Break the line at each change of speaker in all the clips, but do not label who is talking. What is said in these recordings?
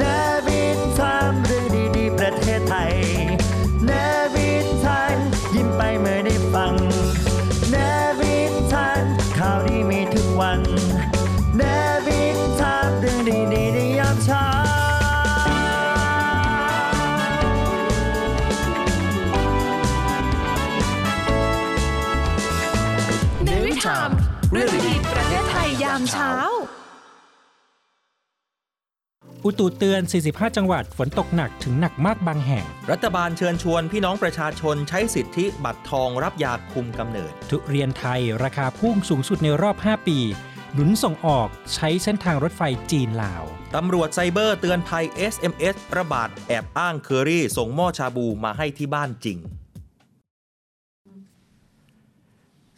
นวิทามเรื่องดีๆ ประเทศไทยนวิทานยิ้มไปเมื่อได้ฟังนวิทานข่าวดีมีทุกวันนวิทามเรื่องดีๆในยามเช้า
เนวิทามเรื่องดีๆประเทศไทยยามเช้า
อุตุเตือน 45 จังหวัด ฝนตกหนักถึงหนักมากบางแห่ง
รัฐบาลเชิญชวนพี่น้องประชาชนใช้สิทธิบัตรทองรับยาคุมกำเนิด
ทุเรียนไทยราคาพุ่งสูงสุดในรอบ 5 ปี หนุนส่งออกใช้เส้นทางรถไฟจีนลาว
ตำรวจไซเบอร์เตือนภัย SMS ระบาดแอบอ้างเคอรี่ ส่งหม้อชาบูมาให้ที่บ้านจริง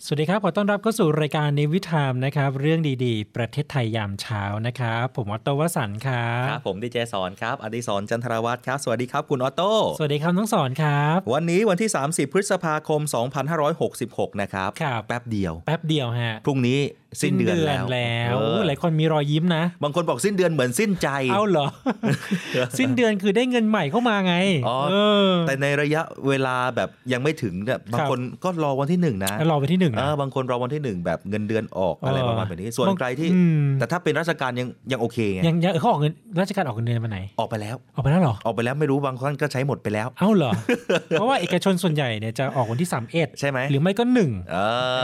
สวัสดีครับ ขอต้อนรับเข้าสู่รายการนิวิทามนะครับ เรื่องดีๆ ประเทศไทยยามเช้านะครับ ผมออตโตวสันต์ครั
ค
บ
รับผมดีเจสอนครับอดิศรจันทรวัตรครับ สวัสดีครับคุณออโต้
สวัสดีครับน้องสอนครับ
วันนี้วันที่ 30 พฤษภาคม 2566 นะครับ
ครับ
แป๊บเดียว
แป๊บเดียวฮะ
พรุ่งนี้สิ้นเดือนแล้ว
แล้ว
เออ
หลายคนมีรอยยิ้มนะ
บางคนบอกสิ้นเดือนเหมือนสิ้นใจ
เอาเหร อ สิ้นเดือนคือได้เงินใหม่เข้ามาไง
อ๋อ
เออ
แต่ในระยะเวลาแบบยังไม่ถึงเนี่ยบาง
ครับ
คนก็รอวันที่หนึ่งนะ
แล้วรอไปที่หนึ่งนะ
เออบางคนรอวันที่หนึ่งแบบเงินเดือนออกอะไร
เออ
ประมาณแบบนี้ ส่วน
บาง
ใครที่
อืม
แต่ถ้าเป็นราชการยังยังโอเคไง
ยังยังเออเขาออกเงินราชการออกเงินเดือนมาไหน
ออกไปแล้ว
ออกไปแล้วเหรอ
ออกไปแล้วไม่รู้บางท่านก็ใช้หมดไปแล้ว
เอ้าเหรอ เพราะว่าเอกชนส่วนใหญ่เนี่ยจะออกวันที่ 31
ใช่ไหม
หรือไม่ก็หนึ่ง
เอ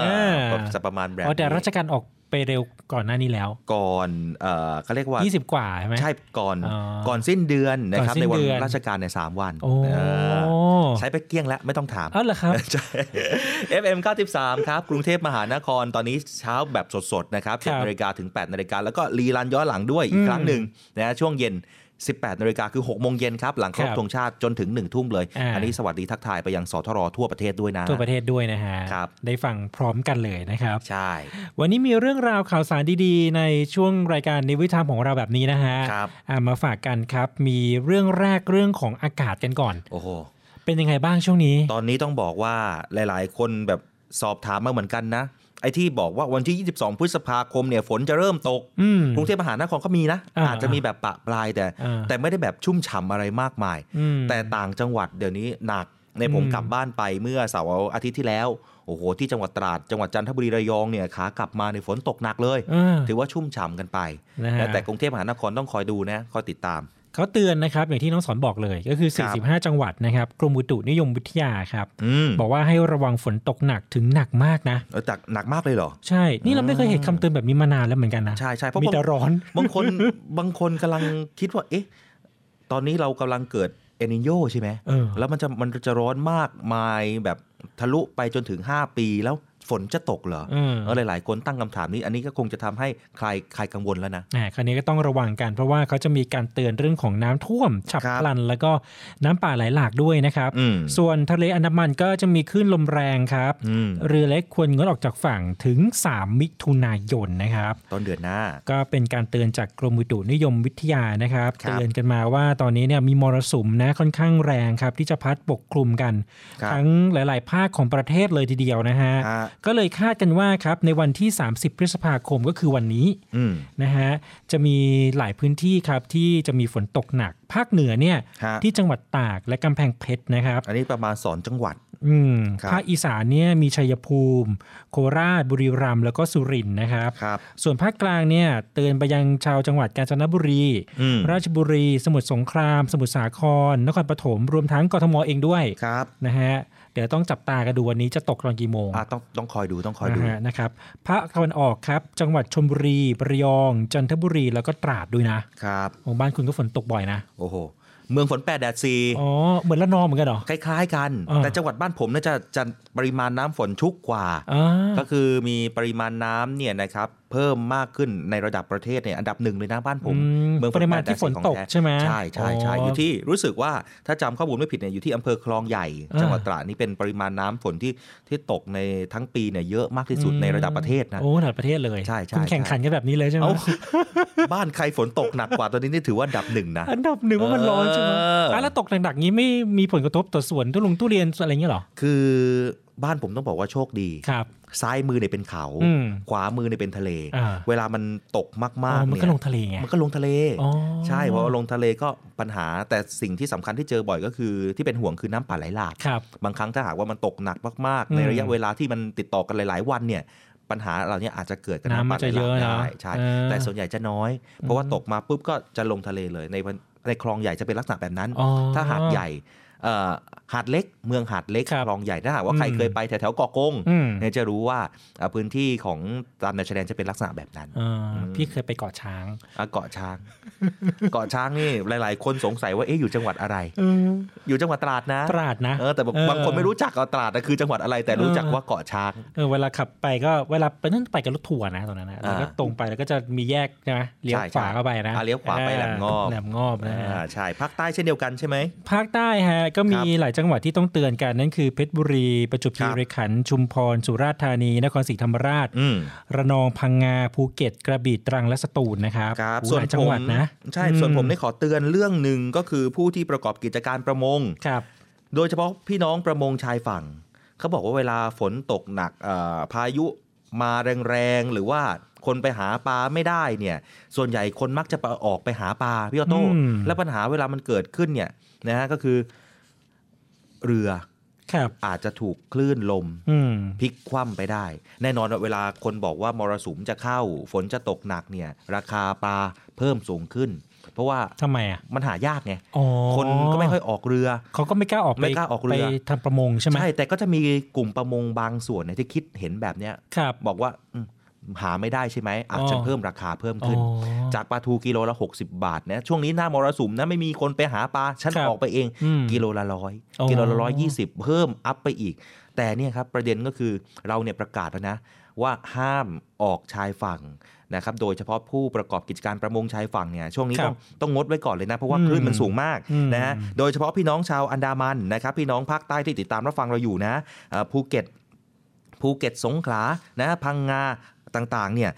เอ
อ
อ
ก็จะประมาณแบบ
อ๋อแต่ราช
นี้
การออกไปเร็วก่อนหน้านี้แล้ว
ก่อนเออเขาเรียกว่า
20 กว่าใช่ไหม
ใช่ก่อน
อ๋อ
ก่อนสิ้นเดือนนะครั
ก่อ
บ
นสิ้
ใน
น
วัน
เดือน
ราชการในยสามวัน
โอ้
เออใช้ไปเกลี้ยงแล้วไม่ต้องถาม
เอ้าเหรอ ครับ
ใช่ FM 93 ครับ กรุงเทพมหานครตอนนี้เช้าแบบสด ๆ นะครับ
ครับ
7นาฬิกาถึง 8 นาฬิกาแล้วก็รีรันย้อนหลังด้วยอีก
อืม
ครั้งหนึ่งนะช่วงเย็น 18 นาฬิกาคือ 6 โมงเย็นครับ หลังครบ
ครับ
ธงชาติจนถึง 1 ทุ่มเลย
อ่า
อันนี้สวัสดีทักทายไปยังสทรทั่วประเทศด้วยนะ
ทั่วประเทศด้วยนะฮะ
ครับ
ได้ฟังพร้อมกันเลยนะครับ
ใช่
วันนี้มีเรื่องราวข่าวสารดีๆ ในช่วงรายการนิวิธามของเราแบบนี้นะฮะ
ครับ
อ่ะมาฝากกันครับ มีเรื่องแรกเรื่องของอากาศกันก่อน
โอ้โห
เป็นยังไงบ้างช่วงนี้
ตอนนี้ต้องบอกว่าหลายๆ คนแบบสอบถามมาเหมือนกันนะ ไอ้ที่บอกว่าวันที่ 22 พฤษภาคมเนี่ยฝนจะเริ่มตก
อืม
กรุงเทพมหานครก็มีนะ
อ่า
อาจจะมีแบบปะปลายแต่
อ่า
แต่ไม่ได้แบบชุ่มฉ่ำอะไรมากมาย
อืม
แต่ต่างจังหวัดเดี๋ยวนี้หนักในผม
อืม
กลับบ้านไปเมื่อเสาร์อาทิตย์ที่แล้ว โอ้โห ที่จังหวัดตราด จังหวัดจันทบุรีระยองเนี่ยขากลับมาในยฝนตกหนักเลย
อ่า
ถือว่าชุ่มฉ่ำกันไป
นะฮะ
นะแต่กรุงเทพมหานครต้องคอยดูนะ คอยติดตาม
เขาเตือนนะครับ อย่างที่น้องสอนบอกเลยก็คือ 45 จังหวัดนะครับกรมอุตุนิยมวิทยาครับ
อืม
บอกว่าให้ระวังฝนตกหนักถึงหนักมากนะ
เออแต่หนักมากเลยเหรอ
ใช่ นี่เราไม่เคยเห็นคำเตือนแบบนี้มานานแล้วเหมือนกันนะ
ใช่ใช่เพราะ
มี
บาง
แต่ร้อน
บางคนบางคนกำลังคิดว่า เอ๊ะ ตอนนี้เรากำลังเกิดเอนิโยใช่ไหม
เออ
แล้วมันจะมันจะร้อนมากมายแบบทะลุไปจนถึง 5 ปีแล้วฝนจะตกเหรอ
เออ
เออหลาย ๆ คนตั้งคำถามนี้ อันนี้ก็คงจะทำให้ใครใครกังวลแล้วนะ
อ่าคราวนี้ก็ต้องระวังกัน เพราะว่าเขาจะมีการเตือนเรื่องของน้ำท่วม ฉับพลัน แล้วก็น้ำป่าไหลหลากด้วยนะครับ
อืม
ส่วนทะเลอันดามันก็จะมีคลื่นลมแรงครับ
อืม
เรือเล็กควรงดออกจากฝั่งถึง 3 มิถุนายนนะครับ
ต้นเดือนหน้า
ก็เป็นการเตือนจากกรมอุตุนิยมวิทยานะครับ
ครับ
เตือนกันมาว่าตอนนี้เนี่ยมีมรสุมนะค่อนข้างแรงครับ ที่จะพัดปกคลุมกัน
ครับ
ทั้งหลาย ๆ ภาคของประเทศเลยทีเดียวนะฮะ
ฮะ
ก็เลยคาดกันว่าครับในวันที่ 30 พฤษภาคมก็คือวันนี้
อืม
นะฮะจะมีหลายพื้นที่ครับที่จะมีฝนตกหนัก ภาคเหนือเนี่ย
ฮะ
ที่จังหวัดตากและกำแพงเพชรนะครับ
อันนี้ประมาณสอนจังหวัด
อืม
ครับ
ภาคอีสานเนี่ยมีชัยภูมิ โคราชบุรีรัมย์แล้วก็สุรินทร์นะครับ
ครับ
ส่วนภาคกลางเนี่ยเตือนไปยังชาวจังหวัดกาญจนบุรี
อืม
ราชบุรี สมุทรสงคราม สมุทรสาคร นครปฐมรวมทั้งกทมเองด้วย
ครับ
นะฮะเดี๋ยวต้องจับตากันดูวันนี้จะตกตอนกี่โมง
อ่ะต้องต้องคอยดูต้องคอยดู
นะฮะนะครับภาคตะวันออกครับ จังหวัดชลบุรีประยอง จันทบุรีแล้วก็ตราดด้วยนะครับ โอ้บ้านคุณก็ฝนตกบ่อยนะ
โอ้โห เมืองฝนแปดแดดสี
อ๋อเหมือนละนองเหมือนกันเหรอ
คล้าย ๆ กัน
อ่า
แต่จังหวัดบ้านผมน่าจะจะปริมาณน้ำฝนชุกกว่า
อ่า
ก็คือมีปริมาณน้ำเนี่ยนะครับ เพิ่มมากขึ้นในระดับประเทศเนี่ยอันดับหนึ่งเลยนะบ้านผม
อืม
เมือง
ปริมาณที่ฝนตกใช่ไหม
ใช่ใช่ใช่
อ๋ออ
อยู่ที่รู้สึกว่าถ้าจำข้อมูลไม่ผิดเนี่ยอยู่ที่อำเภอคลองใหญ่
อ่า
จังหวัดตราดนี่เป็นปริมาณน้ำฝนที่ที่ตกในทั้งปีเนี่ยเยอะมากที่สุดในระดับประเทศนะ
โอ้ระดับประเทศเลย
ใช่ใช่
คุณ
ใช่
แข่งขันกันแบบนี้เลยใช่ไหม
เอ้า บ้านใครฝนตกหนักกว่าตอนนี้นี่ถือว่าอันดับหนึ่งนะ
อันดับหนึ่งว่ามันร้อนใช่ไหม
เอออ่
ะแล้วตกหนักๆนี้ไม่มีผลกระทบต่อสวนทุลงทุเรียนอะไรอย่างเงี้ยเหรอ
คือบ้านผมต้องบอกว่าโชคดี
ครับ
ซ้ายมือเนี่ยเป็นเขา
อืม
ขวามือเนี่ยเป็นทะเล
อ่า
เวลามันตกมาก
อ๋
ๆ
อมัน
เนี่
ก็
ย
ลงทะเลไง
มันก็ลงทะเล
อ๋อ
ใช่เพราะว่าลงทะเลก็ปัญหาแต่สิ่งที่สำคัญที่เจอบ่อยก็คือ ที่เป็นห่วงคือน้ำป่าไหลหลาก
ครับ
บางครั้งถ้าหากว่ามันตกหนักมาก
อื
ๆ
ม
ในระยะเวลาที่มันติดต่อกันหลาย ๆ วันเนี่ยปัญหาเหล่านี้อาจจะเกิดกับน้ำ
น้ำมั
ป่าน ไหล
จะ
ห
เย
ลาก
อะนะ
ได้ใช่
เออ
แต่ส่วนใหญ่จะน้อย เพราะว่าตกมาปุ๊บก็จะลงทะเลเลยในวันในคลองใหญ่จะเป็นลักษณะแบบนั้น
อ๋อ
ถ้าหาดใหญ่เอ่อหาดเล็ก เมืองหาดเล็ก
ครับ
คลองใหญ่ถ้าหากว่าใคร
อืม
เคยไปแถวๆเกาะกง
อืม
เนี่ยจะรู้ว่าเอ่อพื้นที่ของตามแนวชายแดนจะเป็นลักษณะแบบนั้น
อ่าพี่เคยไปเกาะช้าง
อ่ะเกาะช้าง เกาะช้างนี่หลาย ๆ คนสงสัยว่าเอ๊ะอยู่จังหวัดอะไร อยู่จังหวัดตราดนะ
ตราดนะ
เออแต่แบ
เออบ
บางคนไม่รู้จักเอาตราดนะคือจังหวัดอะไรแต่รู้จัก
เออ
ว่าเกาะช้าง
เออเวลาขับไปก็เวลาไปนั่นไปกับรถทัวร์นะตอนนั้นนะแล้วก็
อ่า
ตรงไปแล้วก็จะมีแยกใช่ไหมเลี้ยวข
ใช่
วาเข้าไปนะ
อ่าเลี้ยวขวาไปแหลมงอบ
แหลมงอบนะฮะ
อ่าใช่ภาคใต้เช่นเดียวกันใช่ไหม
ภาคใต้ฮะก็มีหลายจังหวัดที่ต้องเตือนกัน นั่นคือเพชรบุรี ประจวบคีรีขันธ์ชุมพร สุราษฎร์ธานี นครศรีธรรมราช
อืม
ระนองพังงาภูเก็ต กระบี่ตรังและสตูลนะครับ
ครับ
โอ้
ส่ว
ห
น
ลาย
ผ
จัง
ม
หวัดนะ
ใช่
อื
ส่วนผมได้ขอเตือนเรื่องหนึ่งก็คือผู้ที่ประกอบกิจการประมง
ครับ
โดยเฉพาะพี่น้องประมงชายฝั่ง เขาบอกว่าเวลาฝนตกหนักเอ่อพายุมาแรงๆ หรือว่าคนไปหาปลาไม่ได้เนี่ย ส่วนใหญ่คนมักจะไปออกไปหาปลาพี่ออโต้และปัญหาเวลามันเกิดขึ้นเนี่ยนะฮะก็คือเรือ
ครับ
อาจจะถูกคลื่นลม
อืม
พลิกคว่ำไปได้ แน่นอนว่าเวลาคนบอกว่ามรสุมจะเข้า ฝนจะตกหนักเนี่ย ราคาปลาเพิ่มสูงขึ้น เพราะว่า
ทำไมอ่ะ
มันหายากไง
อ๋อ
คนก็ไม่ค่อยออกเรือ
เขาก็ไม่กล้าออกป
ไม่กล้าออกเรือ
ไปทำประมงใช่ไหม
แต่ก็จะมีกลุ่มประมงบางส่วนเนี่ยที่คิดเห็นแบบเนี้ย
ครับ
บอกว่าอืมหาไม่ได้ใช่ไหมอาจจะเพิ่มราคาเพิ่มขึ้น
อ๋อ
จากปลาทูกิโลละ 60 บาทนะช่วงนี้หน้ามรสุมนะไม่มีคนไปหาปลาฉัน
ครับ
ออกไปเอง
อืม
กิโลละร้อย
อ๋อ
กิโลละร้อยยี่สิบเพิ่มอัพไปอีก แต่เนี่ยครับประเด็นก็คือเราเนี่ยประกาศแล้วนะ ว่าห้ามออกชายฝั่งนะครับโดยเฉพาะผู้ประกอบกิจการประมงชายฝั่งเนี่ยช่วงนี้
ครั
ต้
บ
องต้องงดไว้ก่อนเลยนะ เพราะว่า
อืม
คลื่นมันสูงมาก
อืม
นะฮะโดยเฉพาะพี่น้องชาวอันดามันนะครับพี่น้องภาคใต้ที่ติดตามรับฟังเราอยู่นะเอ่อภูเก็ต ภูเก็ตสงขลานะพังงาต่างๆเนี่ย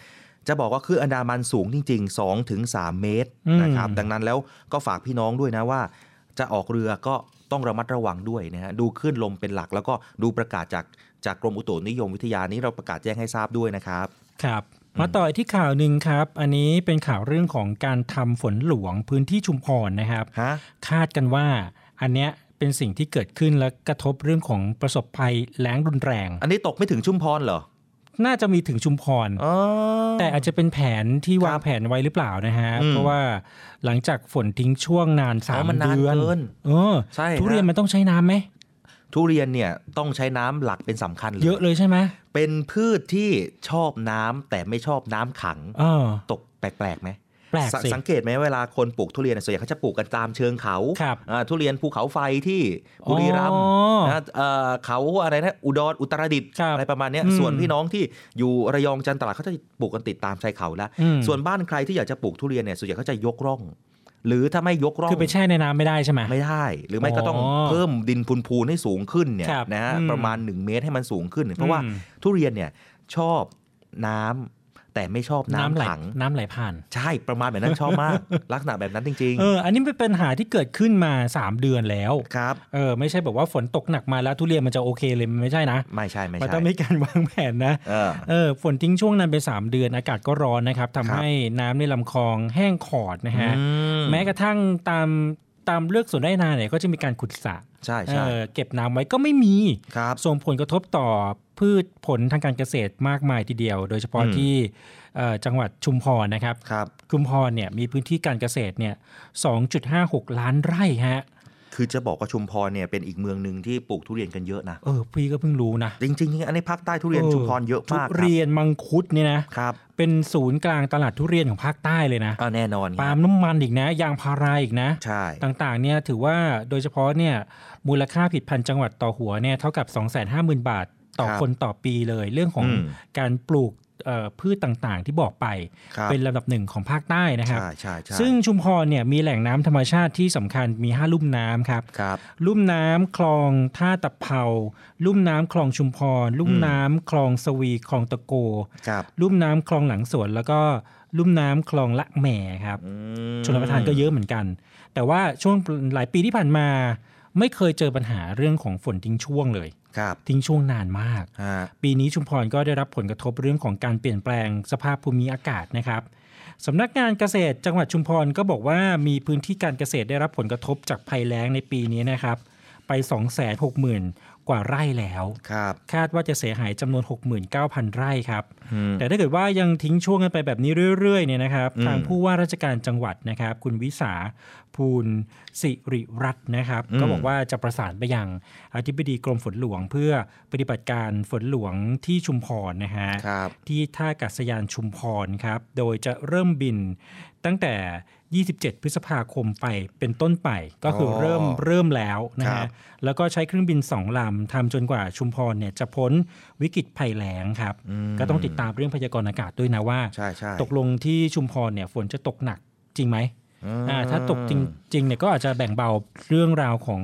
จะบอกว่าคลื่นอันดามันสูงจริง ๆ 2-3ถึง3เมตร
อืม
นะครับดังนั้นแล้วก็ฝากพี่น้องด้วยนะว่า จะออกเรือก็ต้องระมัดระวังด้วยนะฮะดูคลื่นลมเป็นหลักแล้วก็ดูประกาศจากจากกรมอุตุนิยมวิทยานี้เราประกาศแจ้งให้ทราบด้วยนะครับ
ครับมาต่ออีกที่ข่าวหนึ่งครับ อันนี้เป็นข่าวเรื่องของการทำฝนหลวงพื้นที่ชุมพรนะครับ
ฮะ
คาดกันว่าอันเนี้ยเป็นสิ่งที่เกิดขึ้นและกระทบเรื่องของประสบภัยแล้งรุนแรง
อันนี้ตกไม่ถึงชุมพรเหรอ
น่าจะมีถึงชุมพร
อ๋อ
แต่อาจจะเป็นแผนที่วาง
ครับ
แผนไว้หรือเปล่านะฮะ
อืม
เพราะว่าหลังจากฝนทิ้งช่วงนานสา
อ๋
ม
อมันนาน
เดือน
เกิน
เออ
ใช่ฮะ
ทุเรียนมันต้องใช้น้ำไหม
ทุเรียนเนี่ยต้องใช้น้ำหลักเป็นสำคัญเลย
เยอะเลยใช่ไหม
เป็นพืชที่ชอบน้ำแต่ไม่ชอบน้ำขัง
เออ
ตกแปลกๆไหม
แปลก
สง
สิ
สังเกตไหมเวลาคนปลูกทุเรียนเนยส่วนใหญ่เขาจะปลูกกันตามเชิงเขา
ครับ
อ่าทุเรียนภูเขาไฟที่บุรีรัม
อ๋
ย์
อ
นะเอ่อเขาอะไรนะอุดรอุตรดิตถ์
ครับ
อะไรประมาณเนี้ย
อืม
ส่วนพี่น้องที่อยู่ระยองจันทร์ตลาดเขาจะปลูกกันติดตามชายเขาแล้ว
อืม
ส่วนบ้านใครที่อยากจะปลูกทุเรียนเนี่ยส่วนใหญ่เขาจะยกร่อง หรือถ้าไม่ยกร่อง
คือไปแช่ในน้ำไม่ได้ใช่ไหม
ไม่ได้หรือไม่ก็ต้อง
อ๋อ
เพิ่มดินพูนพูนให้สูงขึ้นเนี่ย
ครับ
นะฮะ
อืม
ประมาณ 1 เมตรให้มันสูงขึ้น เพราะว่า
อืม
ทุเรียนเนี่ยชอบน้ำแต่ไม่ชอบน้ำ
น้ำไหล
ขัง
น้ำไหลผ่าน
ใช่ประมาณแบบนั้นชอบมาก ลักษณะแบบนั้นจริง
เออ อันนี้เป็นปัญหาที่เกิดขึ้นมา 3 เดือนแล้ว
ๆ ครับ
เออไม่ใช่แบบว่าฝนตกหนักมาแล้วทุเรียนมันจะโอเคเลยมันไม่ใช่นะ
ไม่ใช่ไม่
มัน
ใช่
ต้องมีการวางแผนนะ
เออ
เออฝนทิ้งช่วงนั้นไป 3 เดือนอากาศก็ร้อนนะครับ
ครับ
ทำให้น้ำในลำคลองแห้งขอดนะฮะ
อืม
แม้กระทั่งตามตามเลือกสวนไร่นาเนี่ยก็จะมีการขุดสระ
ใช่
เอ
ใช่
อเก็บน้ำไว้ก็ไม่มี
ครับ
ส่งผลกระทบต่อพืชผลทางการเกษตรมากมายทีเดียว โดยเฉพาะ
อืม
ที่เอ่อจังหวัดชุมพรนะครับ
ครับ
ชุมพรเนี่ยมีพื้นที่การเกษตรเนี่ย2.56 ล้านไร่ฮะ
คือจะบอกว่าชุมพรเนี่ยเป็นอีกเมืองหนึ่งที่ปลูกทุเรียนกันเยอะนะ
เออพี่ก็เพิ่งรู้นะ
จริงๆอันนี้ภาคใต้ทุเรียนชุมพรเยอะมาก
ทุ
ครับ
เรียนมังคุดเนี่ยนะ
ครับ
เป็นศูนย์กลางตลาดทุเรียนของภาคใต้เลยนะ
อ่าแน่นอนค
ปาล์
รับ
มน้ำมันอีกนะ ยางพาราอีกนะ
ใช่
ต่างๆเนี่ยถือว่าโดยเฉพาะเนี่ยมูลค่าผิดพันธุ์จังหวัดต่อหัวเนี่ยเท่ากับ 250,000 บาทต่อคนต่อปีเลย เรื่องของการปลูก เอ่อพืชต่างๆ ที่บอกไป
ครับ
เป็นลำดับหนึ่งของภาคใต้นะครับ
ใช่ใช่ใช่
ซึ่งชุมพรเนี่ยมีแหล่งน้ำธรรมชาติที่สำคัญมี 5 ลุ่มน้ำครับ
ครับ
ลุ่มน้ำคลองท่าตะเภาลุ่มน้ำคลองชุมพร ลุ่ม
อืม
น้ำคลองสวีคลองตะโก
ครับ
ลุ่มน้ำคลองหลังสวน แล้วก็ลุ่มน้ำคลองละแหม่ครับ
อืม
ชนประทานก็เยอะเหมือนกัน แต่ว่าช่วงหลายปีที่ผ่านมา ไม่เคยเจอปัญหาเรื่องของฝนทิ้งช่วงเลย
ครับ
ทิ้งช่วงนานมาก
ฮะ
ปีนี้ชุมพรก็ได้รับผลกระทบเรื่องของการเปลี่ยนแปลงสภาพภูมิอากาศนะครับสำนักงานเกษตรจังหวัดชุมพรก็บอกว่ามีพื้นที่การเกษตรได้รับผลกระทบจากภัยแล้งในปีนี้นะครับ ไป 2 6 0 0 0 0 กว่าไร่แล้ว
ครับ
คาดว่าจะเสียหายจำนวน 69,000 ไร่ครับ
อืม
แต่ถ้าเกิดว่ายังทิ้งช่วงกันไปแบบนี้เรื่อยๆเนี่ยนะครับ
อืม
ทางผู้ว่าราชการจังหวัดนะครับ คุณวิสาภูลสิริรัตน์นะครับ ก็บอกว่าจะประสานไปยังอธิบดีกรมฝนหลวง เพื่อปฏิบัติการฝนหลวงที่ชุมพรนะฮะ
ครับ
ที่ท่าอากาศยานชุมพรครับ โดยจะเริ่มบินตั้งแต่ 27 พฤษภาคมไปเป็นต้นไป ก็คืออ
อ
เริ่มเริ่มแล้วนะ
ครั
ฮะ
บ
แล้วก็ใช้เครื่องบิน 2 ลำทำจนกว่าชุมพรเนี่ยจะพ้นวิกฤตภัยแล้งครับ ก็ต้องติดตามเรื่องพยากรณ์อากาศด้วยนะว่า
ใช่ใช่
ตกลงที่ชุมพรเนี่ยฝนจะตกหนักจริงไหมอ่าถ้าตกจริงจริงเนี่ยก็อาจจะแบ่งเบาเรื่องราวของ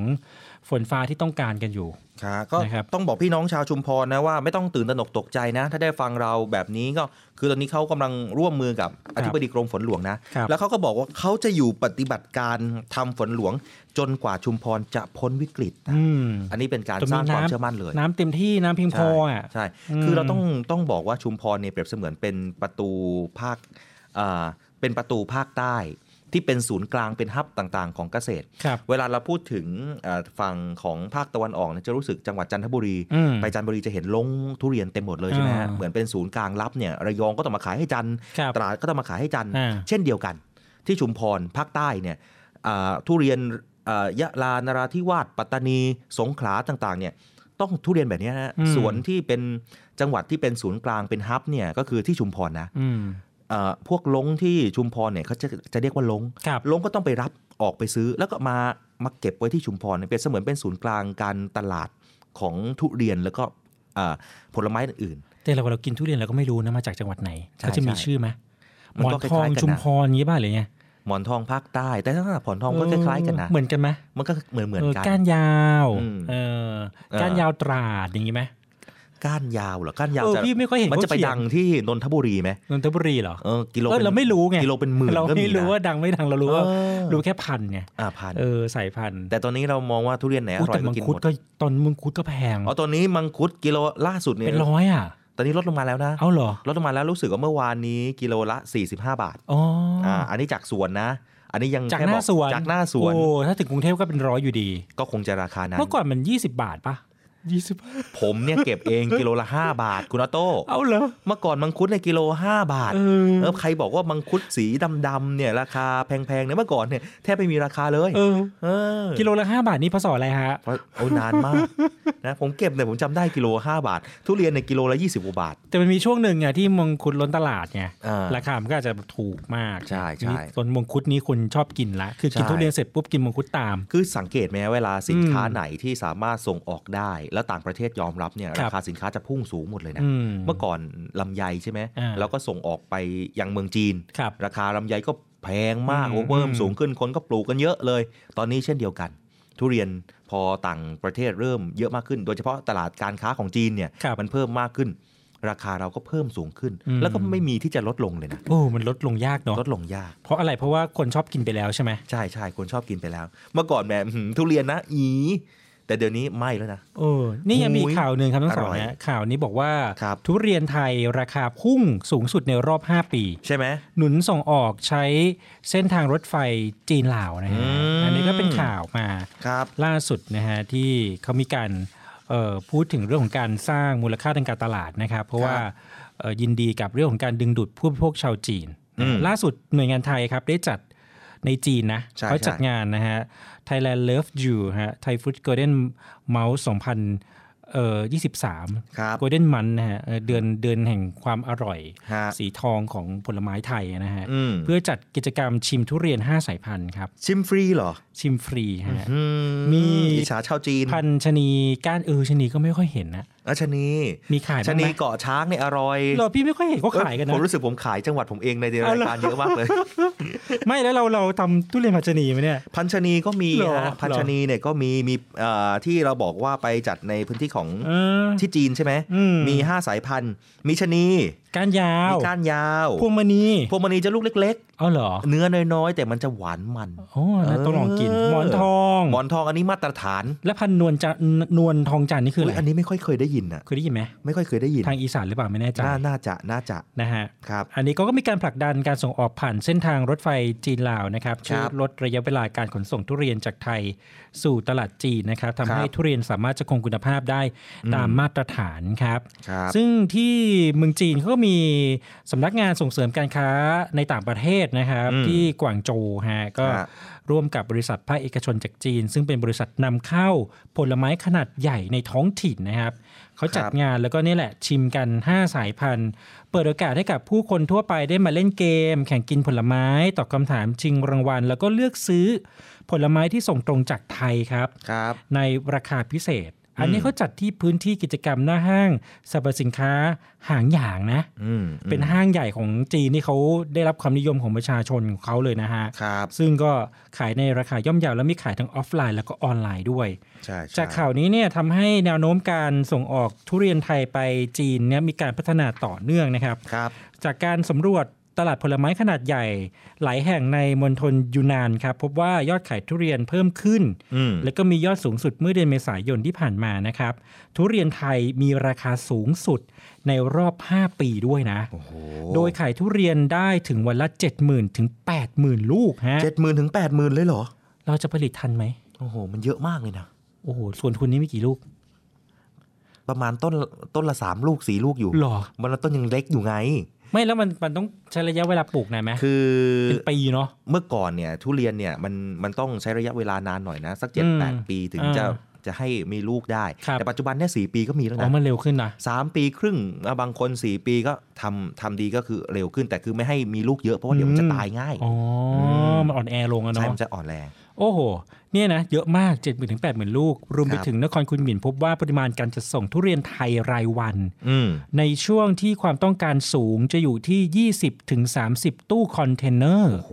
ฝนฟ้าที่ต้องการกันอยู่
ครับก็
นะครับ
ต้องบอกพี่น้องชาวชุมพรนะว่าไม่ต้องตื่นตระหนกตกใจนะ ถ้าได้ฟังเราแบบนี้ก็คือตอนนี้เขากำลังร่วมมือกับอธิบดีกรมฝนหลวงนะ
ครับ
แล้วเขาก็บอกว่าเขาจะอยู่ปฏิบัติการทำฝนหลวง จนกว่าชุมพรจะพ้นวิกฤตนะ
อืม
อันนี้เป็นการ
จนมี
สร้างความ
น้ำ
เชื่อมั่นเลย
น้ำเต็มที่น้ำเพียงพอ
ใช่
อ่ะ
ใช่
อืม
คือเราต้องต้องบอกว่าชุมพรเนี่ยเปรียบเสมือนเป็นประตูภาคอ่าเป็นประตูภาคใต้ ที่เป็นศูนย์กลางเป็นฮับต่างๆ ของเกษตร
ครับ
เวลาเราพูดถึงเอ่อฝั่งของภาคตะวันออกเนี่ยจะรู้สึกจังหวัดจันทบุรี
อืม
ไปจันทบุรีจะเห็นลงทุเรียนเต็มหมดเลยใช่ไหมฮะ
อ่า
เหมือนเป็นศูนย์กลางรับเนี่ยระยองก็ต้องมาขายให้จันทร์
ครับ
ตราดก็ต้องมาขายให้จันทร์
อ่า
เช่นเดียวกัน ที่ชุมพรภาคใต้เนี่ยอ่าทุเรียนอ่ายะลานราธิวาสปัตตานีสงขลาต่างๆเนี่ยต้องทุเรียนแบบเนี้ยฮะ
อืม
สวนที่เป็นจังหวัดที่เป็นศูนย์กลางเป็นฮับเนี่ยก็คือที่ชุมพรนะ
อืม
เอ่อพวกลงที่ชุมพรเนี่ยเขาจะจะเรียกว่าลง
ครับ
ลงก็ต้องไปรับออกไปซื้อ แล้วก็มามาเก็บไว้ที่ชุมพรเนี่ยเป็นเสมือนเป็นศูนย์กลางการตลาดของทุเรียนแล้วก็เอ่อผลไม้อื่น
แต่เราเรากินทุเรียนเราก็ไม่รู้นะมาจากจังหวัดไหน
ใช่
เขาจะมี
ใช่
ชื่อไหมห
มั
ม
น
อน
ก็
ทอง
คล้ายๆกันนะ
ชุมพรอย่างงี้ป่ะหรือไง
ๆหมอนทองภาคใต้ แต่ถ้าผอนทองก็คล้ายๆกันนะ
เหมือนกันไหม
มันก็เหมือนเหมือน
เออ
ๆกัน
ก้านยาว
อืม
เออ
เออ
ก้านยาวตราดอย่างงี้ไหม
ก้านยาวเหรอก้านยาว
เออ
จะ
พี่ไม่ค่อยเห็น
มัน
เขา
จะไป
เขียน
ดังที่นนทบุรีไหม
นนทบุรีเหรอ
เออกิโล
เออ
ป็น
เราไม่รู้ไง
กิโลเป็นหมื่น
เรา
ก็
ไม่
นะ
รู้ว่าดังไม่ดังเรารู้ว่า
เออ
รู้แค่พันไง
อ่าพัน
เออสายพันธุ์
แต่ตอนนี้เรามองว่าทุเรียนไหนอ
อุ๊ย
ร่อ
แต่
ยก็
มัง
กินห
คุ
ม
ด
ด
ก็ตอนมังคุดก็แพง
อ๋อตอนนี้มังคุดกิโลล่าสุดเนี่ย
เป็นร้อยอ่ะ
ตอนนี้ลดลงมาแล้วนะ
เอาเหรอ
ลดลงมาแล้วรู้สึกว่าเมื่อวานนี้กิโลละ 45 บาท
อ๋ออ
อ่า อันนี้จากสวนนะ อันนี้ยัง
จาก
แค่
ห
บ
น้า
อก
สวน
จากหน้าสวน
โอ้ถ้าถึงกรุงเทพก็เป็นร้อยอยู่ดี
ก็คงจะราคานั้น
เมื่อก่อนมัน 20 บาทปะ20 บาท
ผมเนี่ยเก็บเอง กิโลละ 5 บาท คุณออโต้
เอาเหรอ
เมื่อก่อนมังคุดในยกิโล 5 บาท
เออ
เออใครบอกว่ามังคุดสีดำๆเนี่ยราคาแพงๆเนี่ยเมื่อก่อนเนี่ยแทบไม่มีราคาเลย
เออ
เออ
กิโลละ 5 บาทนี่พศอะไรฮะ
เพราะเอานานมากนะผมเก็บเนี่ยผมจำได้กิโล 5 บาท ทุเรียนในยกิโลละ 20กว่าบาท
แต่มันมีช่วงหนึ่งอะที่มังคุดล้นตลาดไง
อ่า
ราคามันก็อาจจะถูกมาก
ใช่ใช่
นี่ส่วนมังคุดนี้คุณชอบกินละ คือกิน
ใช่
ทุเรียนเสร็จปุ๊บกินมังคุดตาม
คือสังเกตไหมเวลาสินค้า
อืม
ไหนที่สามารถส่งออกได้ แล้วต่างประเทศยอมรับเนี่ย
ครั
รา
บ
คาสินค้าจะพุ่งสูงหมดเลยนะ
อืม
เมื่อก่อนลำไยใช่ไหม
อ่า
แล้วก็ส่งออกไปยังเมืองจีน
ครับ
ราคาลำไยก็แพงมาก
อืม
โอเวอ
อื
ร์
ม
สูงขึ้นคนก็ปลูกกันเยอะเลย ตอนนี้เช่นเดียวกัน ทุเรียนพอต่างประเทศเริ่มเยอะมากขึ้น โดยเฉพาะตลาดการค้าของจีนเนี่ย
ครับ
มันเพิ่มมากขึ้น ราคาเราก็เพิ่มสูงขึ้น
อืม
แล้วก็ไม่มีที่จะลดลงเลยนะ
โอ้มันลดลงยากเนาะ
ลดลงยาก
เพราะอะไรเพราะว่าคนชอบกินไปแล้วใช่ไหม
ใช่ใช่คนชอบกินไปแล้ว เมื่อก่อนแหมหืมทุเรียนนะ อี แต่เดี๋ยวนี้ไม่แล้วนะ
โอ้นี่ยังมี
อุ๊ย
ข่าวหนึ่งครับทั้งสอง
อร่อย
นะข่าวนี้บอกว่า
ครับ
ทุเรียนไทยราคาพุ่งสูงสุดในรอบ 5 ปี
ใช่ไหม
หนุนส่งออกใช้เส้นทางรถไฟจีนลาวนะฮะ
อืม
อันนี้ก็เป็นข่าวมา
ครับ
ล่าสุดนะฮะที่เขามีการเอ่อพูดถึงเรื่องของการสร้างมูลค่าทางการตลาดนะครับ เพราะว่าเอ่อยินดีกับเรื่องของการดึงดูดผู้บริโภคชาวจีน
อืม
ล่าสุดหน่วยงานไทยครับได้จัดในจีนนะ
ใช่
เขาจัด
ใช่
งานนะฮะ Thailand Love You ฮะ Thai Food Golden Mouse 2000เอ่อ23
ครับ
Golden Month นะฮะเอ่อเดือนเดือนแห่งความอร่อย
ฮะ
สีทองของผลไม้ไทยนะฮะ
อืม
เพื่อจัดกิจกรรมชิมทุเรียน 5 สายพันธุ์ครับ
ชิมฟรีเหรอ
ชิมฟรีฮะ
อื
มี
อิจฉาชาวจีน
พันธุ์ชะนีก้านเออชะนีก็ไม่ค่อยเห็นนะ
อ่ะชะนี
มีขาย
ชะ
บ้างไห
นี
ม
เกาะช้างเนี่ยอร่อย
เราพี่ไม่ค่อยเห็นเขาขายกัน
ผ
นะ
มรู้สึกผมขายจังหวัดผมเองใน
เอา
ราย
เหรอ
การเยอะมาก เลย
ไม่แล้วเราเราทำทุเรียนพัชนีไหมเนี่ย
พันชนีก็มี
เหรอ
ฮะพันชนีเนี่ยก็มีมีเอ่อที่เราบอกว่าไปจัดในพื้นที่ของ
เออ
ที่จีนใช่ไหม
อืม
มีห้าสายพันธุ์ มีชะนี
ก้านยาว
มีก้านยาว
พวงมณี
พวงมณีจะลูกเล็ก
เอาเหรอ
ๆ เนื้อน้อยๆ แต่มันจะหวานมัน
อ๋อนะต้องลองกิน
เออ
หมอนทอง
หมอนทองอันนี้มาตรฐาน
และพันนวลจะนวลทองจันทร์นี่คืออะไร
ยอันนี้ไม่ค่อยเคยได้ยินอ่ะ
เคยได้ยินไหม
ไม่ค่อยเคยได้ยิน
ทางอีสานหรือเปล่าไม่แน่ใจ
น่าน่าจะน่าจะ
นะฮะ
ครับ
อันนี้ก็มีการผลักดันการส่งออกผ่านเส้นทางรถไฟจีนลาวนะครับช่วยลดระยะเวลาการขนส่งทุเรียนจากไทยสู่ตลาดจีนนะครับทำให้
ครับ
ทุเรียนสามารถจะคงคุณภาพได้ตามมาตรฐานครับ
ครับ
ซึ่งที่เมืองจีนเขาก็มีสำนักงานส่งเสริมการค้าในต่างประเทศนะครับ
อืม
ที่กวางโจวฮะก็
ครับ
ร่วมกับบริษัทภาคเอกชนจากจีน ซึ่งเป็นบริษัทนำเข้าผลไม้ขนาดใหญ่ในท้องถิ่นนะครับ เขาจัด
ครับ
งานแล้วก็นี่แหละชิมกัน 5 สายพันธุ์ เปิดโอกาสให้กับผู้คนทั่วไปได้มาเล่นเกม แข่งกินผลไม้ตอบคำถามชิงรางวัล แล้วก็เลือกซื้อผลไม้ที่ส่งตรงจากไทยครับ
ครับ
ในราคาพิเศษ อันนี้เขาจัดที่พื้นที่กิจกรรมหน้าห้างสรรพสินค้าหางหยางนะ
อืมอืม
เป็นห้างใหญ่ของจีนที่เขาได้รับความนิยมของประชาชนของเขาเลยนะฮะ
ครับ
ซึ่งก็ขายในราคาย่อมเยาวและมีขายทั้งออฟไลน์แล้วก็ออนไลน์ด้วย
ใช่ใช่
จากข่าวนี้เนี่ยทำให้แนวโน้มการส่งออกทุเรียนไทยไปจีนเนี่ยมีการพัฒนาต่อเนื่องนะครับ
ครับ
จากการสำรวจตลาดผลไม้ขนาดใหญ่ หลายแห่งในมณฑลยูนานครับพบว่ายอดขายทุเรียนเพิ่มขึ้น
อืม
แล้วก็มียอดสูงสุดเมื่อเดือนเมษายนที่ผ่านมานะครับ ทุเรียนไทยมีราคาสูงสุดในรอบ 5 ปีด้วยนะ
โอ้โห
โดยขายทุเรียนได้ถึงวันละ 70,000 ถึง 80,000 ลูกฮะ
เจ็ดหมื่นถึงแปดหมื่นเลยเหรอ
เราจะผลิตทันไหม
โอ้โห มันเยอะมากเลยนะ
โอ้โห ส่วนคุณนี่มีกี่ลูก
ประมาณต้นต้นละสามลูกสี่ลูกอยู่
หรอ
มันละต้นยังเล็กอยู่ไง
ไม่แล้วมันมันต้องใช้ระยะเวลาปลูกนานไหม
คือ
เป็นปีเนาะ
เมื่อก่อนเนี่ยทุเรียนเนี่ยมันมันต้องใช้ระยะเวลานานหน่อยนะ สักเจ็ด
อืม
แปดปีถึงจะ
อ่
จะให้มีลูกได้
ครับ
แต่ปัจจุบันเนี่ยสี่ปีก็มีแล้ว
อ๋อ
นะ
มันเร็วขึ้นนะ
สามปีครึ่งอ่ะบางคนสี่ปีก็ทำทำดีก็คือเร็วขึ้น แต่คือไม่ให้มีลูกเยอะเพราะว่าเดี๋ยวมันจะ
อืม
ตายง่าย
อ๋ออ
ม
มันอ่อนแอลงอะ
ใช่
เนาะ
มันจะอ่อนแรง
โอ้โห เนี่ยนะ เยอะมาก 7 0 0 0 0ถึง80,000 ลูก รวมไป
ครับ
ถึงนครคุณหมิ่นพบว่าปริมาณการจัดส่งทุเรียนไทยรายวัน
อืม
ในช่วงที่ความต้องการสูงจะอยู่ที่ 20ถึง30 ตู้คอนเทนเนอร์
โอ้โห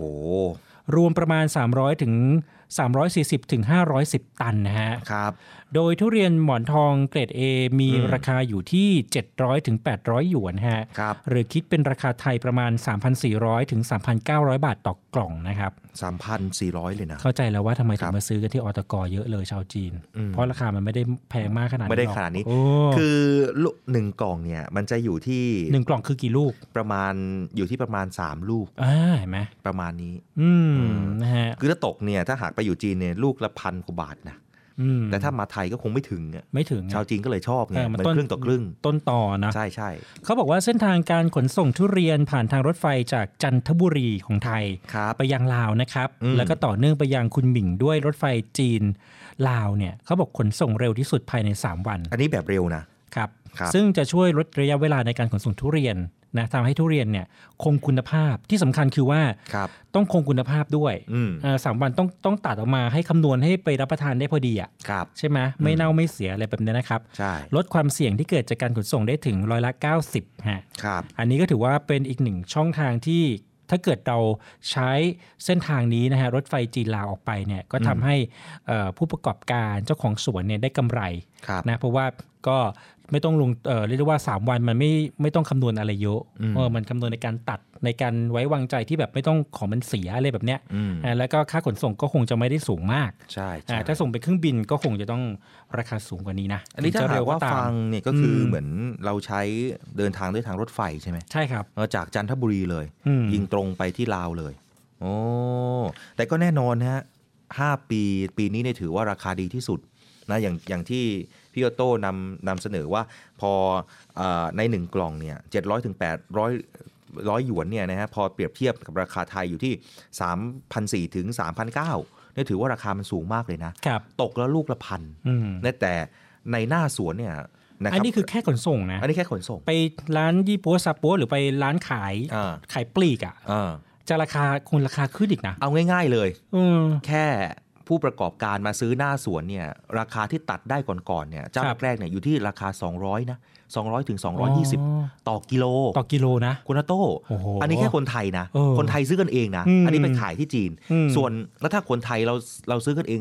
รวมประมาณ 300ถึง340ถึง510 ตันนะฮะ
ครับ
โดยทุเรียนหมอนทองเกรด A มีราคาอยู่ที่ 700ถึง800 หยวนฮะ
ครับ
หรือคิดเป็นราคาไทยประมาณ 3,400ถึง3,900 บาทต่อกล่องนะครับ
สามพันสี่ร้อยเลยนะ
เข้าใจแล้วว่าทำไมถึ
ครั
ง
บ
มาซื้อกันที่ออตกเยอะเลยชาวจีน
อืม
เพราะราคามันไม่ได้แพงมากขนาดนี้
ไม่ได้
หรอก
ขนาดนี้
โอ้
คือลูกหนึ่งกล่องเนี่ย มันจะอยู่ที่
หนึ่งกล่องคือกี่ลูก
ประมาณอยู่ที่ประมาณ 3 ลูก
อ่าเห็นไหม
ประมาณนี้
อืม
อืม
นะฮะ
คือถ้าตกเนี่ย ถ้าหากไปอยู่จีนเนี่ยลูกละพันกว่าบาทนะ
อืม
แต่ถ้ามาไทยก็คงไม่ถึงอะ
ไม่ถึง
ชาวจีนก็เลยชอบไง
เออ
เห
มัน
มือน
ต้น
ครึ่งต่อครึ่ง
ต้นต่อนะ
ใช่ใช่
เขาบอกว่าเส้นทางการขนส่งทุเรียนผ่านทางรถไฟจากจันทบุรีของไทย
ครับ
ไปยังลาวนะครับ
อืม
แล้วก็ต่อเนื่องไปยังคุณหมิงด้วยรถไฟจีนลาวเนี่ยเขาบอกขนส่งเร็วที่สุดภายใน 3 วัน
อันนี้แบบเร็วนะ
ครับ
ครับ
ซึ่งจะช่วยลดระยะเวลาในการขนส่งทุเรียนนะทำให้ทุเรียนเนี่ยคงคุณภาพที่สำคัญคือว่า
ครับ
ต้องคงคุณภาพด้วย
อืม
เอ่อสามวันต้องต้องตัดออกมาให้คำนวณให้ไปรับประทานได้พอดีอ่ะ
ครับ
ใช่ไหมไม่เน่าไม่เสียอะไรแบบนี้นะครับ
ใช่
ลดความเสี่ยงที่เกิดจากการขนส่งได้ถึงร้อยละ 90ฮะ
ครับ
อันนี้ก็ถือว่าเป็นอีกหนึ่งช่องทางที่ถ้าเกิดเราใช้เส้นทางนี้นะฮะรถไฟจีนลาวออกไปเนี่ยก็ทำให้เอ่อผู้ประกอบการเจ้าของสวนเนี่ยได้กำไร
ครับ
นะเพราะว่าก็ไม่ต้องลงเอ่อเรียกได้ว่า 3 วันมันไม่ไม่ต้องคำนวณอะไรเยอะ
อืม
เออมันคำนวณในการตัดในการไว้วางใจที่แบบไม่ต้องของมันเสียอะไรแบบเนี้ย
อืม
อ่าแล้วก็ค่าขนส่งก็คงจะไม่ได้สูงมาก
ใช่ใช่
อ่าถ้าส่งเป็นเครื่องบินก็คงจะต้องราคาสูงกว่านี้นะ
อันนี้
ถึ
ถ้า
จะ
หากว่า
ตม
ฟังเนี่ยก็คืออ
ม
เหมือนเราใช้เดินทางด้วยทางรถไฟใช่ไหม
ใช่ครับ
เออจากจันทบุรีเลย
อืม
ยิงตรงไปที่ลาวเลย โอ้แต่ก็แน่นอนนะฮะห้าปีปีนี้เนี่ยถือว่าราคาดีที่สุดนะอย่างอย่างที่พี่ออโต้นำนำเสนอว่าพอเออในหนึ่งกล่องเนี่ยเจ็ดร้อยถึงแปดร้อยร้อยหยวนเนี่ยนะฮะพอเปรียบเทียบกับราคาไทยอยู่ที่ 3,400ถึง3,900เนี่ยถือว่าราคามันสูงมากเลยนะ
ครับ
ตกแล้วลูกละพัน
อืม
นะแต่ในหน้าสวนเนี่ยนะค
อั
รั
น
บ
นี้คือแค่ขนส่งนะ
อันนี้แค่ขนส่ง
ไปร้านยี่ปัวซาปัวหรือไปร้านขาย
อ่า
ขายปลีกอะ
อ่า
จะราคาคงราคาขึ้นอีกนะ
เอาง่าย ๆเลย
อืม
แค่ ผู้ประกอบการมาซื้อหน้าสวนเนี่ยราคาที่ตัดได้ก่อนๆเนี่ยเจ้า
ครับ
แรกๆเนี่ยอยู่ที่ราคา 200นะ200ถึง
อ๋อ
220 ต่อกิโล
ต่อกิโลนะ
คุณอาโต้
โอ้โห
อันนี้แค่คนไทยนะ
เออ
คนไทยซื้อกันเองนะ
อืม
อันนี้ไปขายที่จีน
อืม
ส่วนแล้วถ้าคนไทยเราเราซื้อกันเอง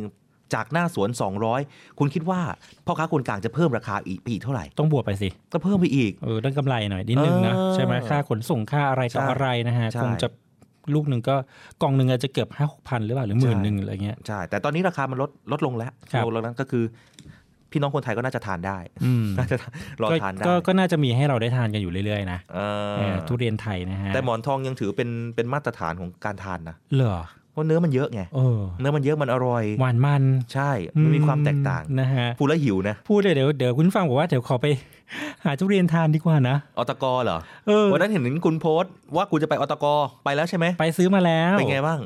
จากหน้าสวน 200 คุณคิดว่าพ่อค้าคนกลางจะเพิ่มราคาอีกไปอีกเท่าไหร่
ต้องบวกไปสิ
ก็เพิ่มไปอีก
เออได้กำไรหน่อยนิดนึงนะ
เออ
ใช่ไหมค่าขนส่งค่าอะไรต่อ
ใช่
อะไรนะฮะ
ใช่
คงจะลูกหนึ่งก็กล่องหนึ่งอาจจะเกือบห้าหกพันหรือเปล่าหรือ
ใช่
หมื่นหนึ่งอะไรเงี้ย
ใช่ แต่ตอนนี้ราคามันลดลดลงแล้ว
ครับ
ลดลงแล้วก็คือ พี่น้องคนไทยก็น่าจะทานได้
อืม
น่าจะรอ
ก็
ทานได้
ก็ก็น่าจะมีให้เราได้ทานกันอยู่เรื่อยๆนะ
เออ
เออทุเรียนไทยนะฮะ
แต่หมอนทองยังถือเป็นเป็นมาตรฐานของการทานนะ
เหรอ
เพราะเนื้อมันเยอะไง
เออ
เนื้อมันเยอะมันอร่อย
หวานมัน
ใช่ มันมีความแตกต่าง
นะฮะ
พูดแล้วหิวนะ
พูดเลยเดี๋ยวเดี๋ยวคุณฟังบอกว่าเดี๋ยวขอไป หาทุเรียนทานดีกว่านะ
ออตกเหรอ
เออ
วันนั้นเห็นคุณโพสต์ว่ากูจะไปออตกไปแล้วใช่ไหม
ไปซื้อมาแล้ว
เป็นไงบ้าง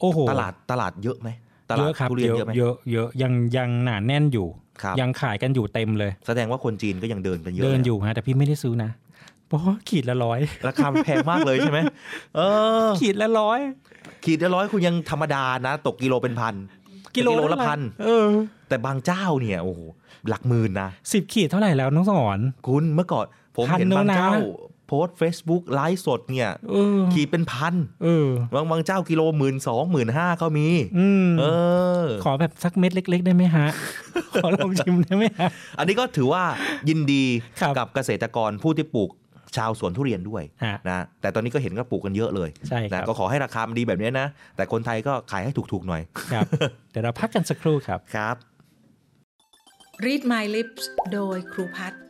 โอ้โห
ตลาดตลาดเยอะไหมต
เย
ลาด
อะครับ
ทุเรียนเยอะไหม
เยอะเยอะยังยังหนาแน่นอยู่
ครับ
ยังขายกันอยู่เต็มเลย
แสดงว่าคนจีนก็ยังเดินเป็นเยอะ
เดินอยู่ฮะแต่พี่ไม่ได้ซื้อนะเพราะขีดละร้อย
ราคามันแพงมากเลยใช่ไหมเอ อ
ขีดละร้อย
ขีดละร้อยคุณยังธรรมดานะ ตกกิโลเป็นพันละ
เท่าไหร่
พัน
เออ
แต่บางเจ้าเนี่ยโอ้โหหลักหมื่นนะ
สิบขีดเท่าไหร่แล้วน้องสอน
คุณเมื่อก่อนผม
พัน
เห็น
แล้ว
บาง
นะ
เจ้า โพสเฟซบุ๊กไลฟ์สดเนี่ย
เออ
ขีดเป็นพัน
เออบ
างบางเจ้ากิโลหมื่นสองหมื่นห้าก็มี
อืม
เออ
ขอแบบสักเม็ดเล็ก ๆ ได้ไหมฮะ ขอลองชิมได้ไหมฮะ
อันนี้ก็ถือว่ายินดี
ครับ
กับเกษตรกรผู้ที่ปลูกชาวสวนทุเรียนด้วย
ฮะ
นะแต่ตอนนี้ก็เห็นก็ปลูกกันเยอะเลย
ใช่ครับ
นะก็ขอให้ราคามันดีแบบเนี้ยนะ แต่คนไทยก็ขายให้ถูกๆหน่อย
ครับ เดี๋ยวเราพักกันสักครู่ครับ
ครับ
Read My Lips โดยครูพัฒน์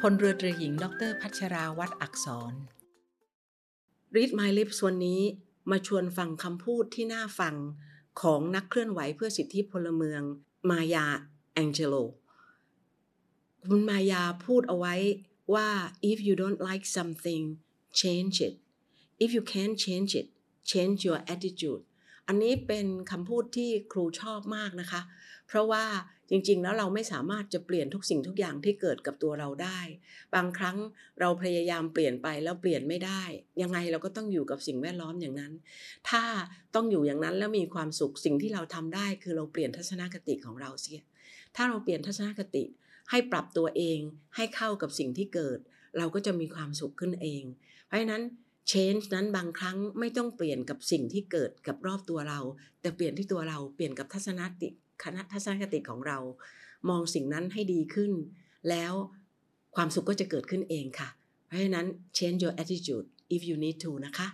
พลเรือตรีหญิง ดรพัชราวัตรอักษร Read My Lips วันนี้มาชวนฟังคำพูดที่น่าฟังของนักเคลื่อนไหวเพื่อสิทธิพลเมือง มายาแองเจโล คุณมายาพูดเอาไว้ว่า if you don't like something change it if you can't change it change your attitude อันนี้เป็นคำพูดที่ครูชอบมากนะคะ เพราะว่าจริงๆ แล้วเราไม่สามารถจะเปลี่ยนทุกสิ่งทุกอย่างที่เกิดกับตัวเราได้ บางครั้งเราพยายามเปลี่ยนไปแล้วเปลี่ยนไม่ได้ ยังไงเราก็ต้องอยู่กับสิ่งแวดล้อมอย่างนั้น ถ้าต้องอยู่อย่างนั้นแล้วมีความสุขสิ่งที่เราทำได้ คือเราเปลี่ยนทัศนคติของเราเสีย ถ้าเราเปลี่ยนทัศนคติ ให้ปรับตัวเองให้เข้ากับสิ่งที่เกิด เราก็จะมีความสุขขึ้นเอง เพราะฉะนั้น change นั้นบางครั้งไม่ต้องเปลี่ยนกับสิ่งที่เกิดกับรอบตัวเรา แต่เปลี่ยนที่ตัวเราเปลี่ยนกับทัศนคติคณะทัศนคติของเรา มองสิ่งนั้นให้ดีขึ้น แล้วความสุขก็จะเกิดขึ้นเองค่ะ เพราะฉะนั้น change your attitude if you need to นะคะ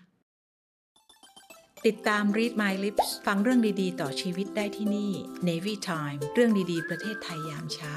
ติดตาม Read My Lips ฟังเรื่องดีๆ ต่อชีวิตได้ที่นี่ Navy Time เรื่องดีๆ ประเทศไทยยามเช้า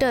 The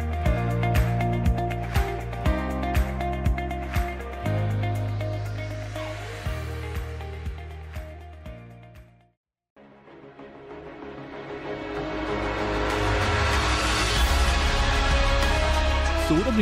ศูนย์อำน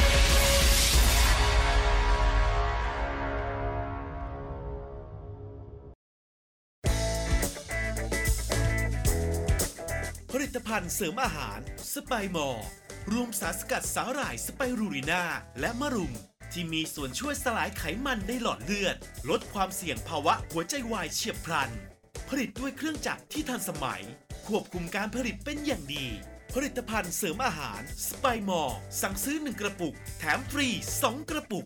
ผลิตภัณฑ์เสริมอาหารสไปมอร์รวมสารสกัดสาหร่ายสไปรูรินาและมะรุม ที่มีส่วนช่วยสลายไขมันในหลอดเลือด ลดความเสี่ยงภาวะหัวใจวายเฉียบพลัน ผลิตด้วยเครื่องจักรที่ทันสมัย ควบคุมการผลิตเป็นอย่างดี ผลิตภัณฑ์เสริมอาหารสไปมอร์สั่งซื้อ 1 กระปุก แถมฟรี 2 กระปุก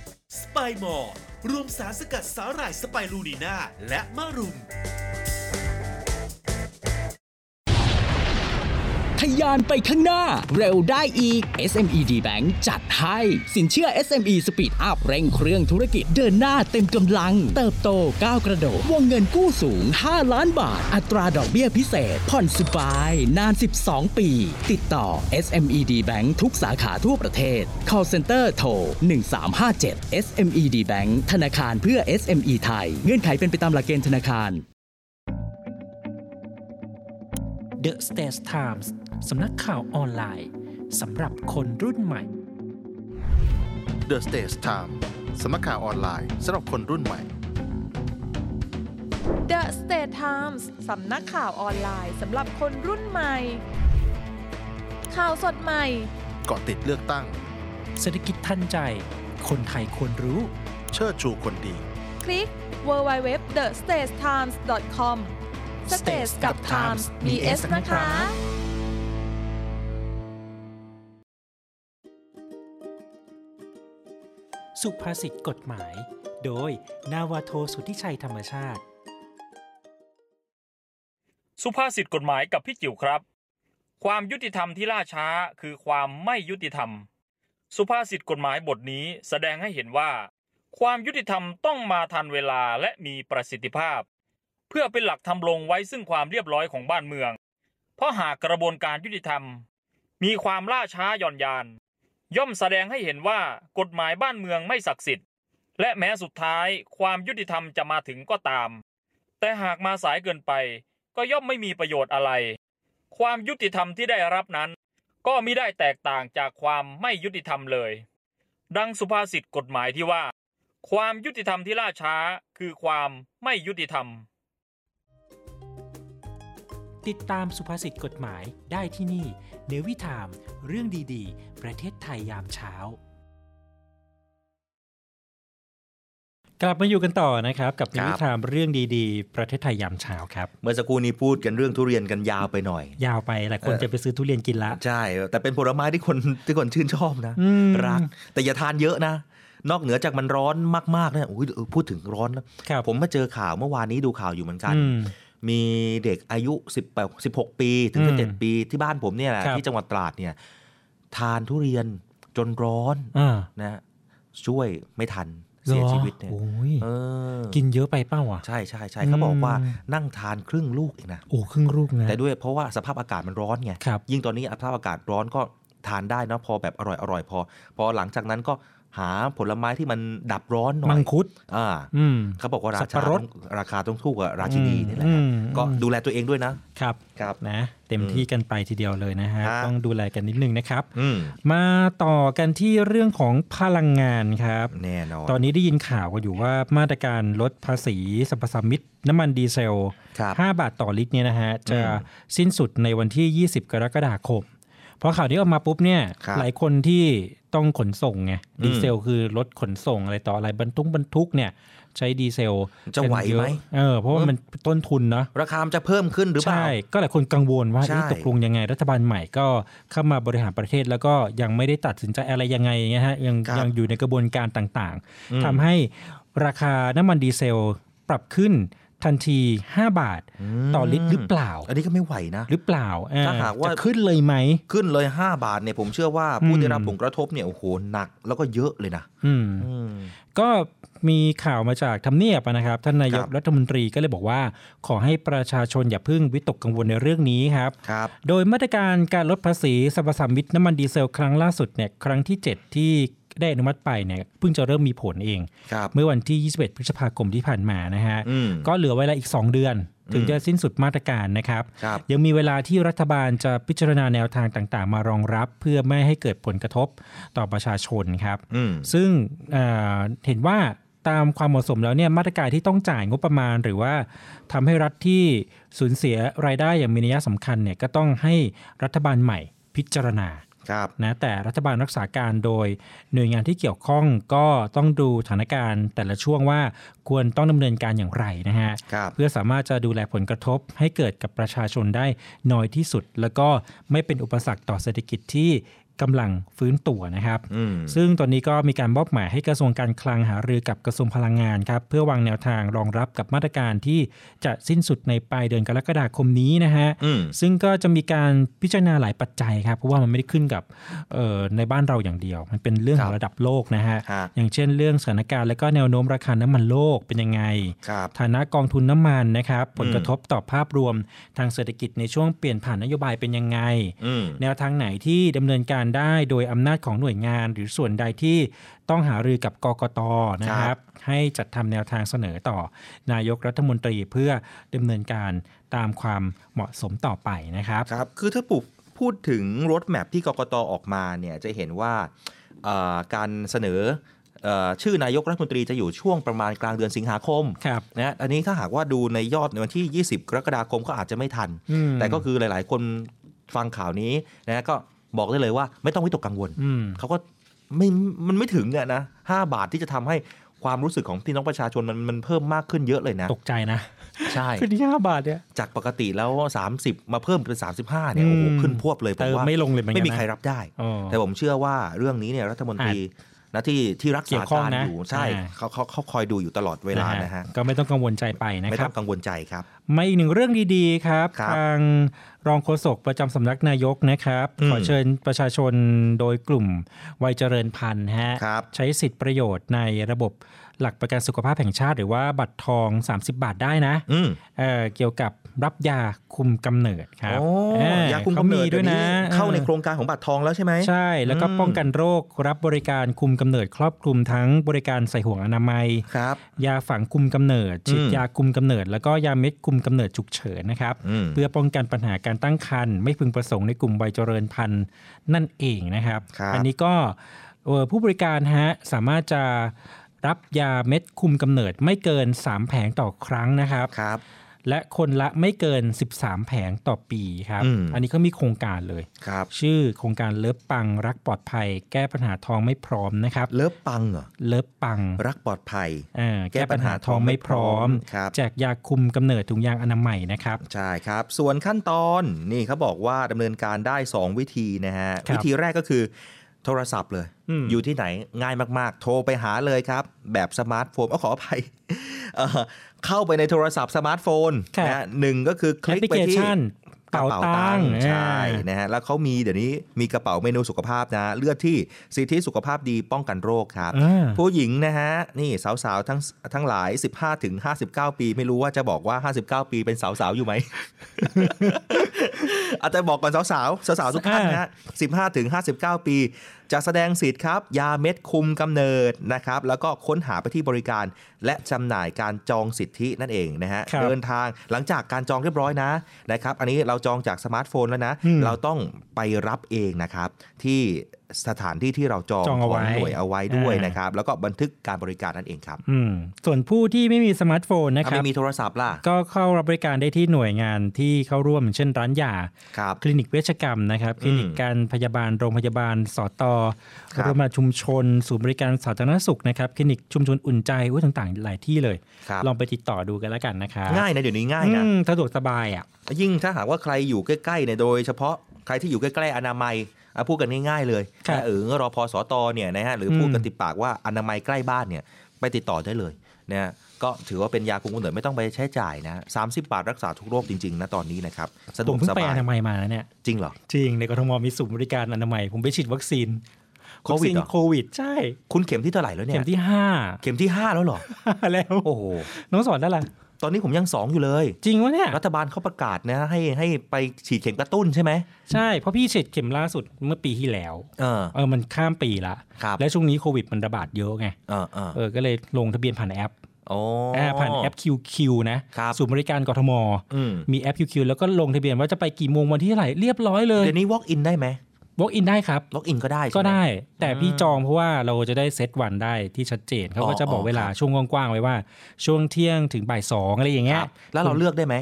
สไปมอร์รวมสารสกัดสาหร่ายสไปรูนีนาและมะรุม
ทะยานไปข้างหน้า เร็วได้อีก SME D Bank จัดให้ สินเชื่อ SME Speed Up เร่งเครื่องธุรกิจเดินหน้าเต็มกำลัง เติบโตก้าวกระโดด วงเงินกู้สูง 5 ล้านบาท อัตราดอกเบี้ยพิเศษ ผ่อนสบาย นาน 12 ปี ติดต่อ SME D Bank ทุกสาขาทั่วประเทศ call center โทร 1357 SME D Bank ธนาคารเพื่อ SME ไทย เงื่อนไขเป็นไปตามหลักเกณฑ์ธนาคาร
The States Times สำนักข่าวออนไลน์สำหรับคนรุ่นใหม่
The Stage Time สำนักข่าวออนไลน์สำหรับคนรุ่นใหม่
The State Times สำนักข่าวออนไลน์สำหรับคนรุ่นใหม่ ข่าวสดใหม่
เกาะติดเลือกตั้ง
เศรษฐกิจทันใจ คนไทยควรรู้
เชิดชูคนดี
คลิก www.thestagetimes.com States กับ Times มี S นะคะ
สุภาษิตกฎหมาย โดย นาวาโทสุทธิชัยธรรมชาติ
สุภาษิตกฎหมายกับพี่จิ๋วครับ ความยุติธรรมที่ล่าช้าคือความไม่ยุติธรรม สุภาษิตกฎหมายบทนี้แสดงให้เห็นว่า ความยุติธรรมต้องมาทันเวลาและมีประสิทธิภาพ เพื่อเป็นหลักทำลงไว้ซึ่งความเรียบร้อยของบ้านเมือง เพราะหากกระบวนการยุติธรรม มีความล่าช้าหย่อนยาน ย่อมแสดงให้เห็นว่ากฎหมายบ้านเมืองไม่ศักดิ์สิทธิ์ และแม้สุดท้ายความยุติธรรมจะมาถึงก็ตาม แต่หากมาสายเกินไป ก็ย่อมไม่มีประโยชน์อะไร ความยุติธรรมที่ได้รับนั้น ก็มิได้แตกต่างจากความไม่ยุติธรรมเลย ดังสุภาษิตกฎหมายที่ว่า ความยุติธรรมที่ล่าช้าคือความไม่ยุติธรรม
ติดตามสุภาษิตกฎหมายได้ที่นี่ เนวิทาม เรื่องดีๆ ประเทศไทยยามเช้า กลับมาอยู่กันต่อนะครับ กับ
ค
เน
รับ
วิทามเรื่องดีๆ ประเทศไทยยามเช้าครับ
เมื่อสักครู่นี้พูดกันเรื่องทุเรียนกันยาวไปหน่อย
ยาวไปหลายคน
เออ
จะไปซื้อทุเรียนกินละ
ใช่ แต่เป็นผลไม้ที่คนที่คนชื่นชอบนะ
อืม
รัก แต่อย่าทานเยอะนะ นอกเหนือจากมันร้อนมากๆเนี่ยอุ๊ยเออพูดถึงร้อนแล้ว
ครับ
ผมมาเจอข่าวเมื่อวานนี้ดูข่าวอยู่เหมือนกัน
อืม
มีเด็กอายุ 18 16 ปีถึง
อืม
17ปีที่บ้านผมเนี่ยแหละ
ครับ
ที่จังหวัดตราดเนี่ย ทานทุเรียนจนร้อน
อ่า
นะช่วยไม่ทันเสียชีวิตเนี่ย
หรอโอ้ย
เออ
กินเยอะไปเป้าอ่ะ
ใช่ใช่ใช่เขาบอกว่า
อืม
นั่งทานครึ่งลูกเองนะ
โอ้ครึ่งรูปนะ
แต่ด้วยเพราะว่าสภาพอากาศมันร้อนไง
ครับ
ยิ่งตอนนี้สภาพอากาศร้อนก็ทานได้นะพอแบบอร่อยอร่อยพอ พอหลังจากนั้นก็หาผลไม้ที่มันดับร้อนหน่อย
มังคุด
อ่า
อืม
เขาบอกว่ารา
สับ
คา
ปะรด
ต้องราคาต้องถูกกับราชินี
อืม
นี่แหละครับ
อืม
ก็ดูแลตัวเองด้วยนะ
ครับ
ครับ
นะ เต็มที่กันไปทีเดียวเลยนะฮะ
ฮะ
ต้องดูแลกันนิดนึงนะครับ
อืม
มาต่อกันที่เรื่องของพลังงานครับ
แน่นอน
ตอนนี้ได้ยินข่าวกันอยู่ว่ามาตรการลดภาษีสรรพสามิตน้ำมันดีเซล
ครับ
5 บาทต่อลิตรเนี่ยนะฮะ จะสิ้นสุดในวันที่ 20 กรกฎาคม เพราะข่าวนี้ออกมาปุ๊บเนี่ย
ครับ
หลายคนที่ต้องขนส่งไง
อืม
ดีเซลคือรถขนส่งอะไรต่ออะไรบรรทุกบรรทุกเนี่ย ใช้ดีเซล
จะไหวไหม
เออเพราะว่ามันต้นทุนเนาะ
ราคามันจะเพิ่มขึ้นหรือเปล่า
ใช่ ก็หลายคนกังวลว่า
ใช่
เอ๊ะตกลงยังไงรัฐบาลใหม่ก็เข้ามาบริหารประเทศแล้วก็ยังไม่ได้ตัดสินใจอะไรยังไงเงี้ยฮะยังยังอยู่ในกระบวนการต่างๆทำให้ราคาน้ำมันดีเซลปรับขึ้น ทันที 5 บาท ต่อลิตรหรือเปล่า
อันนี้ก็ไม่ไหวนะ
หรือเปล่าอ่
ถ้าหากว่า
จะขึ้นเลยไหม
ขึ้นเลย 5 บาทเนี่ยผมเชื่อว่าผู้
อืม
ได้รับผลกระทบเนี่ยโอ้โหหนักแล้วก็เยอะเลยนะ
อืม
อืม
ก็มีข่าวมาจากทำเนียบนะครับ ท่านนายก
ครับ
รัฐมนตรีก็เลยบอกว่า ขอให้ประชาชนอย่าเพิ่งวิตกกังวลในเรื่องนี้ครับ
ครับ
โดยมาตรการการลดภาษีสรรพสามิตน้ำมันดีเซลครั้งล่าสุดเนี่ยครั้งที่ 7 ที่ได้อนุมัติไปเนี่ยเพิ่งจะเริ่มมีผลเอง
ครับ
เมื่อวันที่ 21 พฤษภาคมที่ผ่านมานะฮะ
อืม
ก็เหลือเวลาอีก 2 เดือน ถึงจะสิ้นสุดมาตรการนะครับ
ครับ
ยังมีเวลาที่รัฐบาลจะพิจารณาแนวทางต่างๆ มารองรับ เพื่อไม่ให้เกิดผลกระทบต่อประชาชนครับ
อืม
ซึ่งเอ่อเห็นว่าตามความเหมาะสมแล้วเนี่ยมาตรการที่ต้องจ่ายงบประมาณ หรือว่าทำให้รัฐที่สูญเสียรายได้อย่างมีนัยสำคัญเนี่ยก็ต้องให้รัฐบาลใหม่พิจารณา
ครับ
นะแต่รัฐบาลรักษาการโดยหน่วยงานที่เกี่ยวข้องก็ต้องดูสถานการณ์แต่ละช่วงว่าควรต้องดำเนินการอย่างไรนะฮะ
ครับ
เพื่อสามารถจะดูแลผลกระทบให้เกิดกับประชาชนได้น้อยที่สุด แล้วก็ไม่เป็นอุปสรรคต่อเศรษฐกิจที่กำลังฟื้นตัวนะครับ
อืม
ซึ่งตอนนี้ก็มีการมอบหมายให้กระทรวงการคลังหารือกับกระทรวงพลังงานครับ เพื่อวางแนวทางรองรับกับมาตรการที่จะสิ้นสุดในปลายเดือนกรกฎาคมนี้นะฮะ
อืม
ซึ่งก็จะมีการพิจารณาหลายปัจจัยครับ เพราะว่ามันไม่ได้ขึ้นกับเอ่อในบ้านเราอย่างเดียว มันเป็นเรื่องของระดับโลกนะฮะ
ฮะ
อย่างเช่นเรื่องสถานการณ์และก็แนวโน้มราคาน้ำมันโลกเป็นยังไง
ครับ
ฐานะกองทุนน้ำมันนะครับ ผล
อืม
กระทบต่อภาพรวมทางเศรษฐกิจในช่วงเปลี่ยนผ่านนโยบายเป็นยังไง
อืม
แนวทางไหนที่ดำเนินการได้โดยอำนาจของหน่วยงาน หรือส่วนใดที่ต้องหารือกับกกตนะค
ครั
รับ
บ
ให้จัดทำแนวทางเสนอต่อนายกรัฐมนตรีเพื่อดำเนินการตามความเหมาะสมต่อไปนะครับ
ครับ คือถ้าปุบพูดถึงรถแมพที่กกตออกมาเนี่ยจะเห็นว่าเอ่อการเสนอเอ่อชื่อนายกรัฐมนตรีจะอยู่ช่วงประมาณกลางเดือนสิงหาคม
ครับ
นะอันนี้ถ้าหากว่าดูในยอดในวันที่ 20 กรกฎาคมก็อาจจะไม่ทัน
อืม
แต่ก็คือหลายๆ คนฟังข่าวนี้นะก็บอกได้เลยว่าไม่ต้องวิตกกังวล
อืม
เขาก็ไม่ มันไม่ถึงอะนะห้าบาทที่จะทำให้ความรู้สึกของพี่น้องประชาชนมันมันเพิ่มมากขึ้นเยอะเลยนะ
ตกใจนะ
ใช่
คือที่ห้าบาทเนี่ย
จากปกติแล้ว 30 มาเพิ่มเป็น 35เนี่ยโอ้โห
อืม
ขึ้นพวบเลยผม
เติม
ว่า
ไม่ลงเลยเหมือนกัน
ไม่มี
นะ
ใครรับได้
อ๋อ
แต่ผมเชื่อว่าเรื่องนี้เนี่ยรัฐมนตรีนะที่ที่รัก
เกี่
ษา
ยวข้อง
การ
นะ
อยู่ใช่
อ่า
เขาเขาเขาคอยดูอยู่ตลอดเวลานะฮะ
ก็ไม่ต้องกังวลใจไปนะ
ไม่
ครับ
ต้องกังวลใจครับ
มาอีกหนึ่งเรื่องดีๆครับ
ครับ
ทางรองโฆษกประจำสำนักนายกนะครับ
อืม
ขอเชิญประชาชนโดยกลุ่มวัยเจริญพันธุ์ฮะ
ครับ
ใช้สิทธิประโยชน์ในระบบหลักประกันสุขภาพแห่งชาติ หรือว่าบัตรทอง 30 บาทได้นะ
อืม
เอ่อเกี่ยวกับรับยาคุมกำเนิดครับ
โอ้
เอ่อย
าคุมกำเนิด
ขา
เดี๋ยวนี้เข้าในโครงการของบัตรทองแล้วใช่ไหม
ใช่ แล้วก็
อืม
ป้องกันโรครับบริการคุมกำเนิด ครอบคลุมทั้งบริการใส่ห่วงอนามัย
ครับ
ยาฝังคุมกำเนิดฉีด
อืม
ยาคุมกำเนิด แล้วก็ยาเม็ดคุมกำเนิดฉุกเฉินนะครับ
ม
เพื่อป้องกันปัญหาการตั้งครรภ์ไม่พึงประสงค์ในกลุ่มวัยเจริญพันธุ์นั่นเองนะครับ
ครับ
อันี้ก็เอ่อผู้บริการฮะสามารถจะรับยาเม็ดคุมกำเนิดไม่เกิน 3 แผงต่อครั้งนะครับ
ครับ
และคนละไม่เกิน 13 แผงต่อปีครับ
อืม
อันนี้ก็มีโครงการเลย
ครับ
ชื่อโครงการเลิฟปังรักปลอดภัย แก้ปัญหาท้องไม่พร้อมนะครับ
เลิฟปังเหรอ
เลิฟปัง
รักปลอดภัย
เอ่อแก้ปัญหาท้องไม่พร้อม
ครับ
แจกยาคุมกำเนิดถุงยางอนามัยนะครับ
ใช่ครับ ส่วนขั้นตอนนี่เขาบอกว่าดำเนินการได้ 2 วิธีนะฮะ
ครับ
วิธีแรกก็คือโทรศัพท์เลย
อืม
ยู่ที่ไหนง่ายมากๆ โทรไปหาเลยครับ แบบสมาร์ทโฟนเอาขออภัย เอ่อเข้าไปในโทรศัพท์สมาร์ทโฟนนะฮะหนึ่งก็คือค
แอป
ลิก
พลิ
ไป
เค
ที่
ชันเป๋าตังค์
ใช่
อ่า
นะฮะแล้วเขามีเดี๋ยวนี้มีกระเป๋าเมนูสุขภาพนะ เลือกที่สิทธิสุขภาพดีป้องกันโรคครับ
อ่า
ผู้หญิงนะฮะ นี่สาวๆทั้งทั้งหลาย 15ถึง59 ปี ไม่รู้ว่าจะบอกว่า 59 ปีเป็นสาวๆ อยู่ไหม อาจจะบอกก่อนสาวๆ สาวๆ ทุกท่านนะฮะ15ถึง59 ปี จะแสดงสิทธิ์ครับ ยาเม็ดคุมกำเนิดนะครับ แล้วก็ค้นหาไปที่บริการและจำหน่ายการจองสิทธินั่นเองนะฮะ
ครับ
เดินทางหลังจากการจองเรียบร้อยนะนะครับ อันนี้เราจองจากสมาร์ทโฟนแล้วนะ
อืม
เราต้องไปรับเองนะครับ ที่สถานที่ที่เราจอง
จองเอา
ข
ไว้
หน่วยเอาไว้ด้วยนะครับ ครับแล้วก็บันทึกการบริการนั่นเองครับ
อืมส่วนผู้ที่ไม่มีสมาร์ทโฟนนะค
ถ้า
รับ
ไม่มีโทรศัพท์ล่ะ
ก็เข้ารับบริการได้ที่หน่วยงานที่เข้าร่วมอย่างเช่นร้านยา
ครับ
คลินิกเวชกรรมนะครับ คลินิกการพยาบาลโรงพยาบาลสอตอ
ครับ
โรงพยาบาลชุมชน ศูนย์บริการสาธารณสุขนะครับ คลินิกชุมชนอุ่นใจอุ้ยต่างๆ หลายที่เลย
ครับ
ลองไปติดต่อดูกันแล้วกันนะครับ
ง่ายนะเดี๋ยวนี้ง่ายนะ
อืมสะดวกสบายอ่ะ
ยิ่งถ้าหากว่าใครอยู่ใกล้ๆเนี่ยโดยเฉพาะใครที่อยู่ใกล้ๆอนามัยอ่ะพูดกันง่ายๆเลย
ครับ
นะเออรอพอสตเนี่ยนะฮะหรืออ
ม
พูดกันติดปากว่าอนามัยใกล้บ้านเนี่ยไปติดต่อได้เลยนะฮะ ก็ถือว่าเป็นยาคุมกำเนิดไม่ต้องไปใช้จ่ายนะ 30 บาทรักษาทุกโรคจริงๆนะตอนนี้นะครับสะด
ผ
ว
ม
ก
เพิ่ง
ส
ไป
บาย
อนามัยมานะเนี่ย
จริงเหรอ
จริง ในกรทมมีศูนย์บริการอนามัย ผมไปฉีดวัคซีน
โค
วั
วิดเหรอ
ซีนโควิด ใช่
คุณเข็มที่เท่าไหร่แล้วเนี่ย
เข็มที่ห้า
เข็มที่ห้าแล้วเหรอ
แล้ว
โอ้โห
น้องสอนได้ละ
ตอนนี้ผมยังสองอยู่เลย
จริงวะเนี่ย
รัฐบาลเขาประกาศนะให้ให้ไปฉีดเข็มกระตุ้นใช่ไหม
ใช่เพราะพี่ฉีดเข็มล่าสุดเมื่อปีที่แล้ว
เออ
เออมันข้ามปีละ
ครับ
และช่วงนี้โควิดมันระบาดเยอะไง
เออเออ
เออก็เลยลงทะเบียนผ่านแอป
โอ้
าผ่านแอป QQ นะครับ ศูนย์บริการกทม
อืม
มีแอป QQ แล้วก็ลงทะเบียนว่าจะไปกี่โมงวันที่เท่าไหร่เรียบร้อยเลย
เดี๋ยวนี้ walk in ได้ไหม
walk in ได้ครับ
walk in ก็ได้ใช่หม
ก็ได้ แต่พี่
อืม
จองเพราะว่าเราจะได้เซตวันได้ที่ชัดเจนเขาก็จะบอกเวลา
อ๋อครับ
ช่วงกว้างๆไว้ว่า ช่วงเที่ยงถึงบ่ายสองอะไรอย่างเงี้
ค
ย
รับแล้วเราเลือกได้ไหม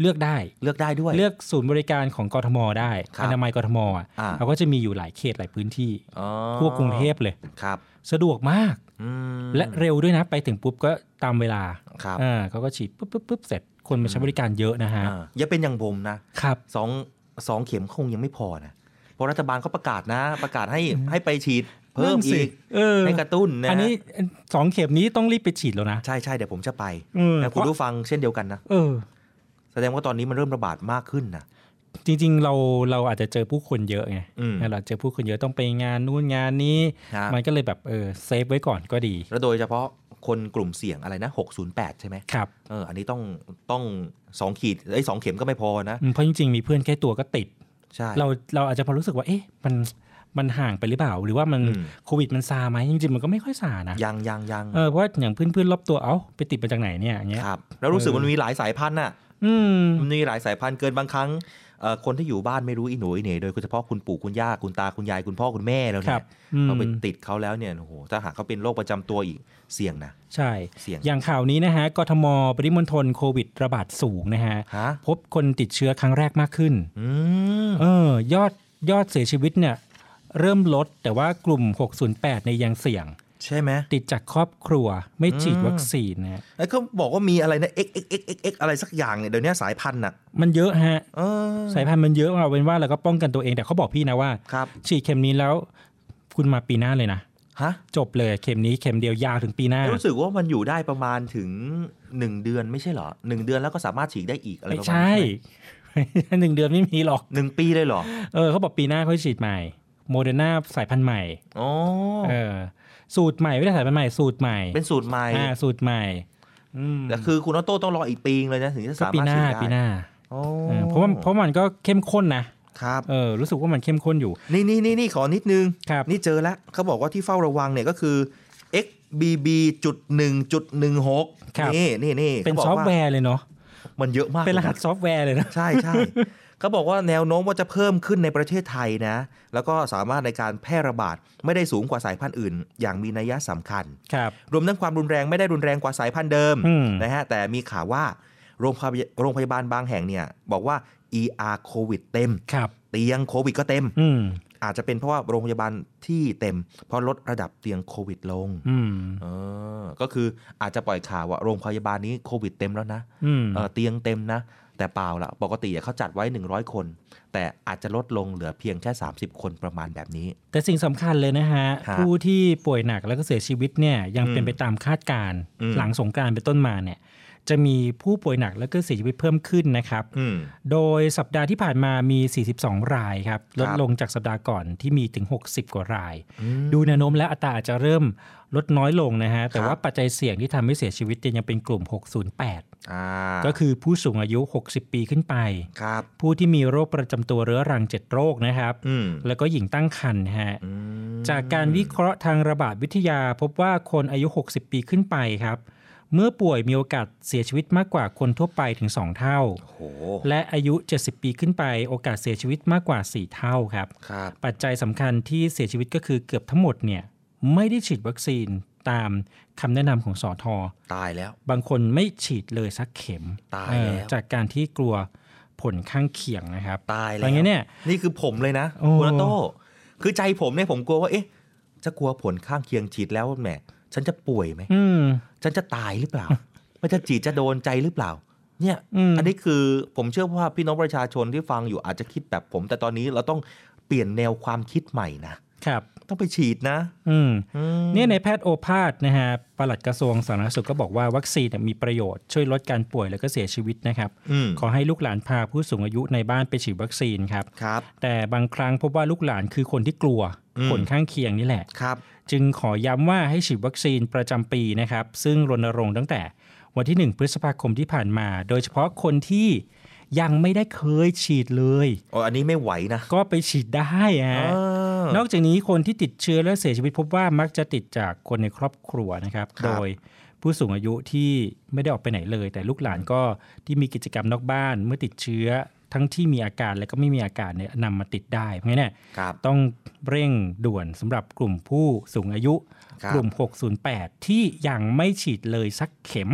เลือกได้
เลือกได้ด้วย
เลือกศูนย์บริการของกทมได้
ครับ
อนามัยกทมอ่ะ
อ่า
เขาก็จะมีอยู่หลายเขตหลายพื้นที่
อ๋อ
ทั่วกรุงเทพเลย
ครับ
สะดวกมาก
อืม
และเร็วด้วยนะ ไปถึงปุ๊บก็ตามเวลา
ครับ
อ่าเขาก็ฉีดปุ๊บปุ๊บปุ๊บเสร็จคนมาใช้บริการเยอะนะฮะ
อ่าอย่าเป็นอย่างผมนะ
ครับ
สองสองเข็มคงยังไม่พอนะเพราะรัฐบาลเขาประกาศนะ ประกาศให้ให้ไปฉีดเพิ่ม
นั่นสิ
อีก
เออ
ให้กระตุ้นนะ
อันนี้สองเข็มนี้ต้องรีบไปฉีดแล้วนะ
ใช่ใช่เดี๋ยวผมจะไป
เออ
นะคุณผู้ฟังเช่นเดียวกันนะ
เออ
แสดงว่าตอนนี้มันเริ่มระบาดมากขึ้นนะ
จริงๆ เราเราอาจจะเจอผู้คนเยอะไง
อืม
เราเจอผู้คนเยอะต้องไปงานนู่นงานนี้
ครับ
มันก็เลยแบบเออเซฟไว้ก่อนก็ดี
แล้วโดยเฉพาะคนกลุ่มเสี่ยงอะไรนะ 608 ใช่ไหม
ครับ
เอออันนี้ต้องต้องสองขีดไอ้ยสองเข็มก็ไม่พอนะ
อืมเพราะจริงๆ มีเพื่อนใกล้ตัวก็ติด
ใช่
เราเราอาจจะพอรู้สึกว่าเอ๊ะมันมันห่างไปหรือเปล่า หรือว่ามัน
อืม
โควิดมันซาไหมจริงๆ มันก็ไม่ค่อยซานะ
ยังยังยัง
เออเพราะว่าอย่างเพื่อนๆรอบตัวเอ้าไปติดมาจากไหนเนี่ยอย่างเงี้ย
ครับ แล้วรู้สึกมันมีหลายสายพันธุ์น่ะ
อืม
มันมีหลายสายพันธุ์เกินบางครั้งเอ่อคนที่อยู่บ้านไม่รู้อีหนูอีเหน่โดยเฉพาะคุณปู่คุณย่าคุณตาคุณยายคุณพ่อคุณแม่แล้ว
ค
เนี่
รั
ย
บอืม
เราไปติดเขาแล้วเนี่ยโอ้โหถ้าหากเขาเป็นโรคประจำตัวอีกเสี่ยงนะ
ใช่
เสี่ยง
อย่างข่าวนี้นะฮะกทมปริมณฑลโควิดระบาดสูงนะฮะ
ฮะ
พบคนติดเชื้อครั้งแรกมากขึ้น
อืม
เออยอดยอดเสียชีวิตเนี่ยเริ่มลดแต่ว่ากลุ่ม 608 ในยยังเสี่ยง
ใช่ไหม
ติดจากครอบครัวไม่ฉีดวัคซีนนะฮะ
ไอ้เขาบอกว่ามีอะไรนะ x x x x x อะไรสักอย่างเนี่ยเดี๋ยวนี้สายพันธุ์น่ะ
มันเยอะฮะ
เออ
สายพันธุ์มันเยอะเอาเป็นว่าเราก็ป้องกันตัวเองแต่เขาบอกพี่นะว่า
ครับ
ฉีดเข็มนี้แล้ว คุณมาปีหน้าเลยนะ
ฮะ
จบเลยเข็มนี้เข็มเดียวยาวถึงปีหน้า
รู้สึกว่ามันอยู่ได้ประมาณถึง 1 เดือนไม่ใช่เหรอหนึ่งเดือนแล้วก็สามารถฉีดได้อีกอะไร
ไม่
ประมาณ
ใช่
นี้
หนึ่งเดื อนไม่มีหรอก
หนึ่งปีเลยเหรอ
เออเขาบอกปีหน้าเขาฉีดใหม่โมเดอร์นาสายพันธุ์ใหม่
อ๋อ
เออสูตรใหม่ไม่ได้สายพันธุ์ใหม่สูตรใหม่
เป็นสูตรใหม่
อ่าสูตรใหม่อืม
แต่คือคุณออโต้ต้องรออีกปีนึงเลยนะถึงจะ
ก็
สา
ปี
มารถ
หน้า
ฉีดได้
ปีหน้า
อ๋อ
เออเพราะว่าเพราะมันก็เข้มข้นนะครับ เออรู้สึกว่ามันเข้มข้นอยู่
นี่นี่นี่นี่ขอนิดนึง
ครับ
นี่เจอแล้วเขาบอกว่าที่เฝ้าระวังเนี่ยก็คือ XBB จุดหนึ่งจุดหนึ่งหก
ครับ
นี่นี่นี่
เป็น
ขาบก
ซอฟต์แวร์เลยเนาะ
มันเยอะมาก
เป็นรหัส
ลยะ
ซอฟต์แวร์เลยนะ
ใช่ใช่ เขาบอกว่าแนวโน้มว่าจะเพิ่มขึ้นในประเทศไทยนะ แล้วก็สามารถในการแพร่ระบาดไม่ได้สูงกว่าสายพันธุ์อื่น อย่างมีนัยสำคัญ
ครับ
รวมทั้งความรุนแรงไม่ได้รุนแรงกว่าสายพันธุ์เดิม
อืม
นะฮะแต่มีข่าวว่าโรงพยาบาลโรงพยาบาลบางแห่งเนี่ยบอกว่า ER โควิดเต็ม
ครับ
เตียงโควิดก็เต็ม
อืม
อาจจะเป็นเพราะว่าโรงพยาบาลที่เต็ม เพราะลดระดับเตียงโควิดลง
อืม
เออก็คืออาจจะปล่อยข่าวว่าโรงพยาบาลนี้โควิดเต็มแล้วนะ
อืม
เออเตียงเต็มนะ แต่เปล่าละปกติเขาจัดไว้ 100 คน แต่อาจจะลดลงเหลือเพียงแค่ 30 คนประมาณแบบนี้
แต่สิ่งสำคัญเลยนะฮะ
ครับ
ผู้ที่ป่วยหนักแล้วก็เสียชีวิตเนี่ยยังเป็นไปตามคาดการณ์
อืม
หลังสงกรารเป็นต้นมาเนี่ย จะมีผู้ป่วยหนักแล้วก็เสียชีวิตเพิ่มขึ้นนะครับ
อืม
โดยสัปดาห์ที่ผ่านมามี 42 รายครับ ลด
ครับ
ลงจากสัปดาห์ก่อนที่มีถึง 60 กว่าราย
อืม
ดูแนวโน้มและอัตราอาจจะเริ่มลดน้อยลงนะฮะ แต่
ครับ
ว่าปัจจัยเสี่ยงที่ทำให้เสียชีวิตเนี่ยยังเป็นกลุ่ม 608
อ่า
ก็คือผู้สูงอายุ 60 ปีขึ้นไป
ครับ
ผู้ที่มีโรคประจำตัวเรื้อรัง 7 โรคนะครับ
อืม
แล้วก็หญิงตั้งครรภ์นะฮะ
อืม
จากการวิเคราะห์ทางระบาดวิทยาพบว่าคนอายุ 60 ปีขึ้นไปครับ เมื่อป่วยมีโอกาสเสียชีวิตมากกว่าคนทั่วไปถึง 2 เท่า
โห
และอายุ 70 ปีขึ้นไป โอกาสเสียชีวิตมากกว่า 4 เท่าครับ
ครับ
ปัจจัยสำคัญที่เสียชีวิตก็คือเกือบทั้งหมดเนี่ยไม่ได้ฉีดวัคซีนตามคำแนะนำของสอทอ
ตายแล้ว
บางคนไม่ฉีดเลยสักเข็ม
ตาย
เออ
แล้ว
จากการที่กลัวผลข้างเคียงนะครับ
ตายแล้
อ
ว
ย่างเงี้ยเนี่ย
นี่คือผมเลยนะ
โอ้
คุณออโต้คือใจผมเนี่ยผมกลัวว่าเอ๊ะ จะกลัวผลข้างเคียงฉีดแล้วแหมฉันจะป่วยไหม
อืม
ฉันจะตายหรื อเปล่า มันจะจีดจะโดนใจหรือเปล่า เนี่ย
อืม
นนี้คือผมเชื่อว่าพี่น้องประชาชนที่ฟังอยู่อาจจะคิดแบบผม แต่ตอนนี้เราต้องเปลี่ยนแนวความคิดใหม่นะ
ครับ
ต้องไปฉีดนะ
อืม
อืม
เนี่ยในแพทย์โอภาสนะฮะปลัดกระทรวงสาธารณสุขก็บอกว่าวัคซีนเนี่ยมีประโยชน์ช่วยลดการป่วยและก็เสียชีวิตนะครับ
อืม
ขอให้ลูกหลานพาผู้สูงอายุในบ้านไปฉีดวัคซีนครับ
ครับ
แต่บางครั้งพบว่าลูกหลานคือคนที่กลัว
อืม
ผลข้างเคียงนี่แหละ
ครับ
จึงขอย้ำว่าให้ฉีดวัคซีนประจำปีนะครับ ซึ่งรณรงค์ตั้งแต่วันที่ 1 พฤษภาคมที่ผ่านมา โดยเฉพาะคนที่ยังไม่ได้เคยฉีดเลย
อ๋ออันนี้ไม่ไหวนะ
ก็ไปฉีดได้ฮะ
า
นอกจากนี้คนที่ติดเชื้อและเสียชีวิตพบว่ามักจะติดจากคนในครอบครัวนะครับ
ครับ
โดยผู้สูงอายุที่ไม่ได้ออกไปไหนเลย แต่ลูกหลานก็ที่มีกิจกรรมนอกบ้าน เมื่อติดเชื้อทั้งที่มีอาการและก็ไม่มีอาการเนี่ยนำมาติดได้เพราะงั้นเนี่ย
ครับ
ต้องเร่งด่วนสำหรับกลุ่มผู้สูงอายุ
ครับ
กลุ่ม 608 ที่ยังไม่ฉีดเลยสักเข็ม
ม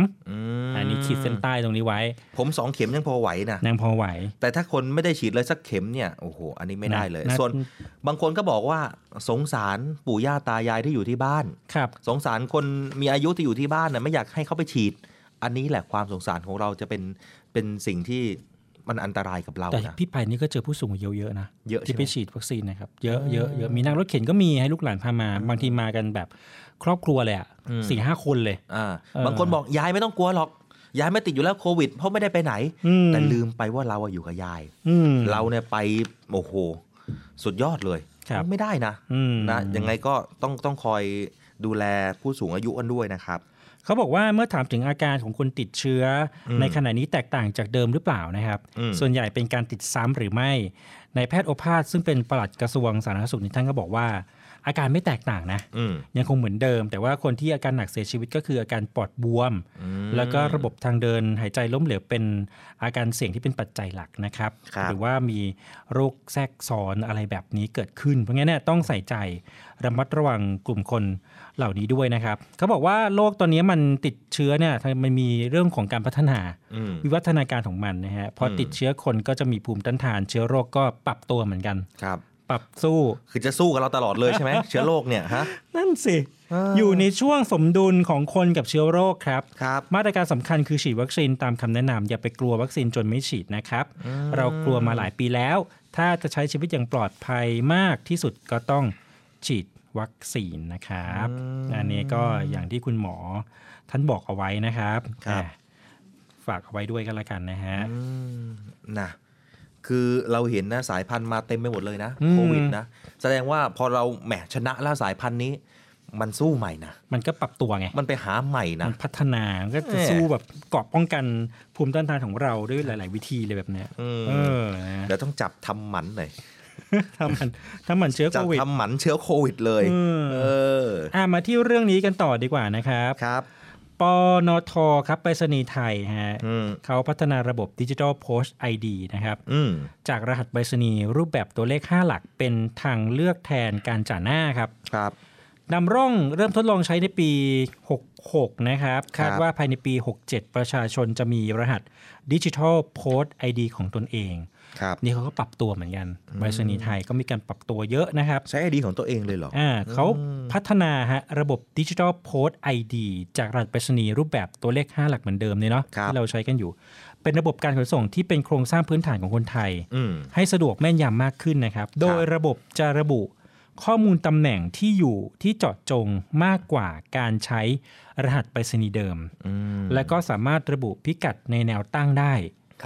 อันนี้ขีดเส้นใต้ตรงนี้ไว้
ผมสองเข็มยังพอไหวนะ
นางพอไหว
แต่ถ้าคนไม่ได้ฉีดเลยสักเข็มเนี่ยโอ้โหอันนี้ไม่ได้เลย
นะ
ส่วนบางคนก็บอกว่าสงสารปู่ย่าตายายที่อยู่ที่บ้าน
ครับ
สงสารคนมีอายุที่อยู่ที่บ้านน่ะไม่อยากให้เขาไปฉีด อันนี้แหละความสงสารของเราจะเป็นเป็นสิ่งที่มันอันตรายกับเรา
แต่
นะ
พี่ไปนี่ก็เจอผู้สูงอายุเยอะนะ
เยอะใช่ไหม
ที่ไปฉีดวัคซีนนะครับเยอะเยอะเยอะมีนั่งรถเข็นก็มีให้ลูกหลานพามา บางทีมากันแบบครอบครัวเลยอะ
อืม
สี่ห้าคนเลย
อ่า
เออบ
างคนบอกยายไม่ต้องกลัวหรอก ยายไม่ติดอยู่แล้วโควิด เพราะไม่ได้ไปไหน
อืม
แต่ลืมไปว่าเราอะอยู่กับยาย
อืม
เราเนี่ยไปโอ้โหสุดยอดเลย
ครับ
ไม่ได้นะ
อืม
นะยังไงก็ต้องต้องคอยดูแลผู้สูงอายุกันด้วยนะครับ
เขาบอกว่าเมื่อถามถึงอาการของคนติดเชื้ออ
ม
ในขณะนี้แตกต่างจากเดิมหรือเปล่านะครับ
อืม
ส่วนใหญ่เป็นการติดซ้ำหรือไม่ในายแพทย์โอภาสซึ่งเป็นปลัดกระทรวงสาธารณสุขนี่ท่านก็บอกว่า อาการไม่แตกต่างนะ
อืม
ยังคงเหมือนเดิม แต่ว่าคนที่อาการหนักเสียชีวิตก็คืออาการปอดบวม
อืม
แล้วก็ระบบทางเดินหายใจล้มเหลวเป็นอาการเสี่ยงที่เป็นปัจจัยหลักนะครับ
ครับ
หรือว่ามีโรคแทรกซ้อนอะไรแบบนี้เกิดขึ้น เพราะงั้นเนี่ยต้องใส่ใจระมัดระวังกลุ่มคนเหล่านี้ด้วยนะครับ เขาบอกว่าโรคตอนนี้มันติดเชื้อเนี่ยมันมีเรื่องของการพัฒนา
อืม
วิวัฒนาการของมันนะฮะพออ
ม
ติดเชื้อคนก็จะมีภูมิต้านทาน เชื้อโรคก็ปรับตัวเหมือนกัน
ครับ
ปรับสู้
คือจะสู้กับเราตลอดเลยใช่ไห ม เชื้อโรคเนี่ยฮะ
นั่นสิ
เออ
อ
อ
ยู่ในช่วงสมดุลของคนกับเชื้อโรคครับ
ครับ
มาตรการสำคัญคือฉีดวัคซีนตามคำแนะนำอย่าไปกลัววัคซีนจนไม่ฉีดนะครับ เรากลัวมาหลายปีแล้ว ถ้าจะใช้ชีวิตอย่างปลอดภัยมากที่สุดก็ต้องฉีดวัคซีนนะครับอันนี้ก็อย่างที่คุณหมอท่านบอกเอาไว้นะครับ
ครับ
อ่ะฝากเอาไว้ด้วยกันละกันนะฮะ
อืมนะคือเราเห็นนะสายพันธุ์มาเต็มไปหมดเลยนะ
อืม
โควิดนะ แสดงว่าพอเราแหมชนะแล้วสายพันธุ์นี้ มันสู้ใหม่นะ
มันก็ปรับตัวไง
มันไปหาใหม่นะ
มันพัฒนามันก็จะ
แน่
สู้แบบเกาะป้องกันภูมิต้านทานของเราด้วยหลาย ๆ วิธีเลยแบบเนี้ย
อืม
เออนะ
เดี๋ยวต้องจับทำหมันหน่อย
ถ้ามันถ้ามันเชื้อโค
จับ
วิด
ทำหมันเชื้อโควิดเลย
อืม
เออ
อ่ะมาที่เรื่องนี้กันต่อดีกว่านะครับ
ครับ
ปนทครับไปรษณีย์ไทยฮะ
อืม
เขาพัฒนาระบบดิจิทัลโพสต์ ID นะครับ
อืม
จากรหัสไปรษณีย์รูปแบบตัวเลข 5 หลักเป็นทางเลือกแทนการจ่ายหน้าครับ
ครับ
นำร่องเริ่มทดลองใช้ในปี 66 นะครับ คาดว่าภายในปี 67 ประชาชนจะมีรหัสดิจิทัลโพสต์ ID ของตนเอง
ครับ
นี่เขาก็ปรับตัวเหมือนกันไปรษณีย์ไทยก็มีการปรับตัวเยอะนะครับ
ใช้ไอดีของตัวเองเลยเหรอ
อ่าเขา
อืม
พัฒนาฮะระบบดิจิทัลโพสต์ไอดีจากรหัสไปรษณีย์รูปแบบตัวเลข 5 หลักเหมือนเดิมเนี่ยเนาะที่เราใช้กันอยู่ เป็นระบบการขนส่งที่เป็นโครงสร้างพื้นฐานของคนไทย
อืม
ให้สะดวกแม่นยำมากขึ้นนะครับ โดยระบบจะระบุข้อมูลตำแหน่งที่อยู่ที่เจาะจงมากกว่าการใช้รหัสไปรษณีย์เดิม
อืม
และก็สามารถระบุพิกัดในแนวตั้งได้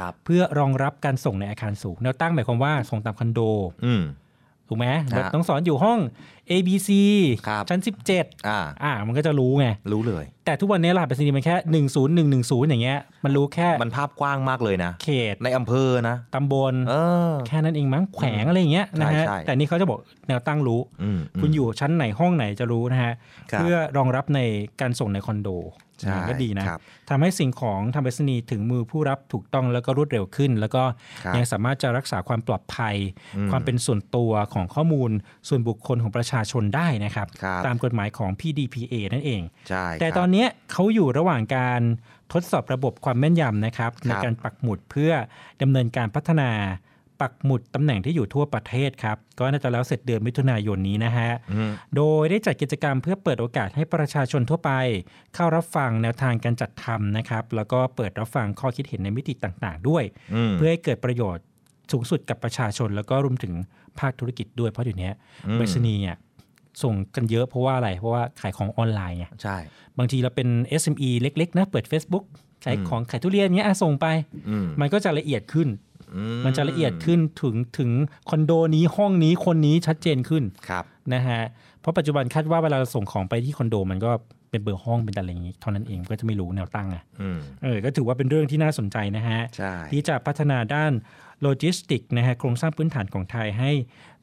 ครับ
เพื่อรองรับการส่งในอาคารสูง แนวตั้งหมายความว่าส่งตามคอนโด
อืม
ถูกไหม
ฮะ
น้องสอนอยู่ห้อง A B C
ครับ
ชั้น 17
อ่า
อ่า มันก็จะรู้ไง
รู้เลย
แต่ทุกวันนี้รหัสไปรษณีย์มันแค่ 10110 อย่างเงี้ย มันรู้แค่
มันภาพกว้างมากเลยนะ
เขต
ในอำเภอนะ
ตำบล
เออ
แค่นั้นเองมั้ง แขวงอะไรอย่างเงี้ยนะฮะ
ใช่ใช่
แต่นี่เขาจะบอกแนวตั้งรู้
มม
คุณอยู่ชั้นไหนห้องไหนจะรู้นะฮะ
ครับ
เพื่อรองรับในการส่งในคอนโด
ใช่
ก็ดีนะครับ ทำให้สิ่งของทางไปรษณีย์ถึงมือผู้รับถูกต้องแล้วก็รวดเร็วขึ้น แล้วก็
ครับ
ยังสามารถจะรักษาความปลอดภัย
อืม
ความเป็นส่วนตัวของข้อมูลส่วนบุคคลของประชาชนได้นะครับ
ครับ
ตามกฎหมายของ PDPA นั่นเอง
ใช่
แต่
ครับ
ตอนเนี้ยเขาอยู่ระหว่างการทดสอบระบบความแม่นยำนะครับ ในการปักหมุดเพื่อดำเนินการพัฒนาปักหมุดตำแหน่งที่อยู่ทั่วประเทศครับ ก็น่าจะแล้วเสร็จเดือนมิถุนายนนี้นะฮะ
อืม
โดยได้จัดกิจกรรมเพื่อเปิดโอกาสให้ประชาชนทั่วไป เข้ารับฟังแนวทางการจัดทำนะครับ แล้วก็เปิดรับฟังข้อคิดเห็นในมิติต่างๆ ด้วย
อืม
เพื่อให้เกิดประโยชน์สูงสุดกับประชาชน แล้วก็รวมถึงภาคธุรกิจด้วยเพราะเดี๋ยวนี้
อืม
บริษัทเนี่ย ส่งกันเยอะเพราะว่าอะไร เพราะว่าขายของออนไลน์ไง
ใช่
บางทีเราเป็น SME เล็กๆนะเปิด Facebook ขาย
อืม
ของขายทุเรียนเงี้ยอ่ะส่งไป
อืม
มันก็จะละเอียดขึ้น
อื
มันจะละเอียดขึ้นถึงถึงคอนโดนี้ห้องนี้คนนี้ชัดเจนขึ้น
ครับ
นะฮะเพราะปัจจุบันคาดว่าเวลาเราส่งของไปที่คอนโดมันก็เป็นเบอร์ห้องเป็นอะไรอย่างนี้เท่านั้นเองก็จะไม่รู้แนวตั้งอ่ะ
อืม
เออก็ถือว่าเป็นเรื่องที่น่าสนใจนะฮะ
ใช่
ที่จะพัฒนาด้านโลจิสติกนะฮะโครงสร้างพื้นฐานของไทยให้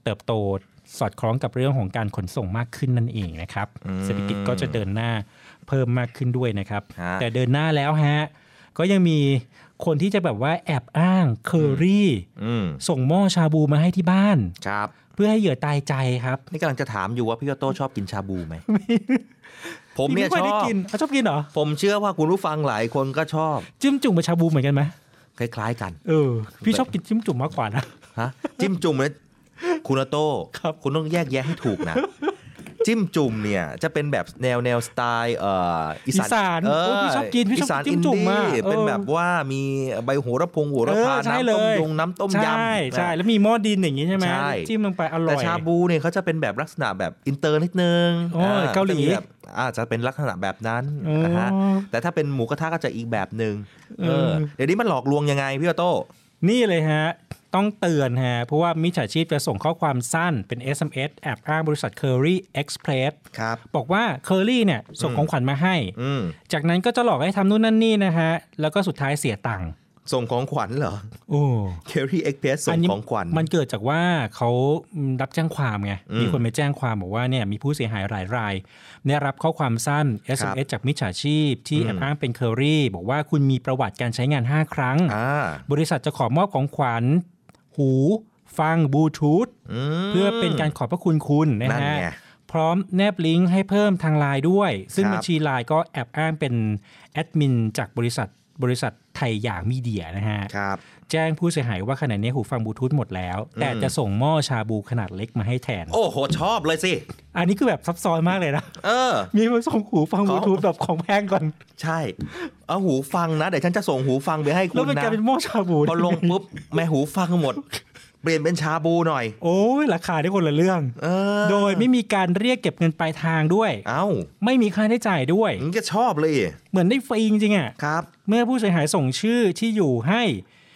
เติบโตสอดคล้องกับเรื่องของการขนส่งมากขึ้นนั่นเองนะครับ เศรษฐกิจก็จะเดินหน้าเพิ่มมากขึ้นด้วยนะครับ
ฮะ
แต่เดินหน้าแล้วฮะก็ยังมีคนที่จะแบบว่าแอบอ้างเคอรี่
อืม
ส่งหม้อชาบูมาให้ที่บ้าน
ครับ
เพื่อให้เหยื่อตายใจครับ
นี่กำลังจะถามอยู่ว่าพี่โยโต้ชอบกินชาบูไหม ผมเนี่ย
พี่
ช
ไค่ได้
อบ
กินอ้าวชอบกินเหรอ
ผมเชื่อว่าคุณผู้ฟังหลายคนก็ชอบ
จิ้มจุ่มกับชาบูเหมือนกันไหม
คล้าย ๆ กัน
เออพี่ชอบกินจิ้มจุ่มมากกว่านะ
ฮะ จิ้มจุ่มนะคุณอาโต้
ครับ
คุณต้องแยกแยะให้ถูกนะ จิ้มจุ่มเนี่ย จะเป็นแบบแนวแนวสไตล์เอ่ออี
อีสาน
เอ
โอ้ยพี่ชอบกินพี่ชอบกินจิ้มจุ่ม
อีสานอิน
มาก
ดี้เป็น
ออ
แบบว่ามีใบโหระพงโหระพา
เออใช่
น้ำ
เล
ต้ม
ย
ยงน้ำต้มยำ
ใช่ใช่
นะ
แล้วมีหม้อดินอย่างนี้ใช่ไหม
ใช่
จิ้มลงไปอร่
แต่
อย
ชาบูเนี่ยเขาจะเป็นแบบลักษณะแบบอินเตอร์นิดนึง
โอ้ย
อ่
เกาหลี
จะมีแบบอาจจะเป็นลักษณะแบบนั้น
อ๋อ
นะฮะแต่ถ้าเป็นหมูกระทะก็จะอีกแบบหนึ่งเอ
เออ
อเดี๋ยวนี้มันหลอกลวงยังไงพี่ออโต้
นี่เลยฮะ ต้องเตือนฮะ เพราะว่ามิจฉาชีพจะส่งข้อความสั้นเป็น SMS แอบอ้างบริษัท Curry Express
ครับ
บอกว่า Curry เนี่ยส่งของขวัญมาให้
อืม
จากนั้นก็จะหลอกให้ทำนู่นนั่นนี่นะฮะ แล้วก็สุดท้ายเสียตังค์
ส่งของขวัญเหรอ
โอ้
เคอรี่เอ็กเพสส่งของขวัญ
มันเกิดจากว่าเขารับแจ้งความไง
อืม
มีคนไปแจ้งความบอกว่าเนี่ยมีผู้เสียหายหลายรายได้รับข้อความสั้น SMS จากมิจฉาชีพ ที่
อืม
แอบอ้างเป็น Curry บอกว่าคุณมีประวัติการใช้งาน 5 ครั้ง
อ่า
บริษัทจะขอมอบของขวัญ หู ฟังบลูทูธ
ม
เพื่อเป็นการขอบพระคุณคุณนะ
นั่น
ฮะ
ไง
พร้อมแนบลิงก์ให้เพิ่มทางไลน์ด้วย ซึ่ง
ครับ
บัญชีไลน์ก็แอบอ้างเป็นแอดมินจากบริษัทบริษัทไทยอย่างมีเดียนะฮะ
ครับ
แจ้งผู้เสียหายว่าขณะนี้หูฟังบลูทูธหมดแล้ว แต่จะส่งหม้อชาบูขนาดเล็กมาให้แทน
โอ้โห ชอบเลยสิ
อันนี้คือแบบซับซ้อนมากเลยนะ
เออ
มีมาส่งหูฟังบ
ขอ
ลูทูธแบบของแพงก่อน
ใช่ เอาหูฟังนะ เดี๋ยวฉันจะส่งหูฟังไปให้คุ
แล้ว
ณ
มัน
นะ
กลายเป็นหม้อชาบู
พอลงปุ๊บแม่หูฟังหมด เปลี่ยนเป็นชาบูหน่อย
โอ้ยราคาได้คนละเรื่อง
เออ
โดยไม่มีการเรียกเก็บเงินปลายทางด้วย
เอ้า
ไม่มีค่าใช้จ่ายด้วย
มึงก็ชอบเลย
เหมือนได้ฟรีจริงๆอ่ะ
ครับ
เมื่อผู้เสียหายส่งชื่อที่อยู่ให้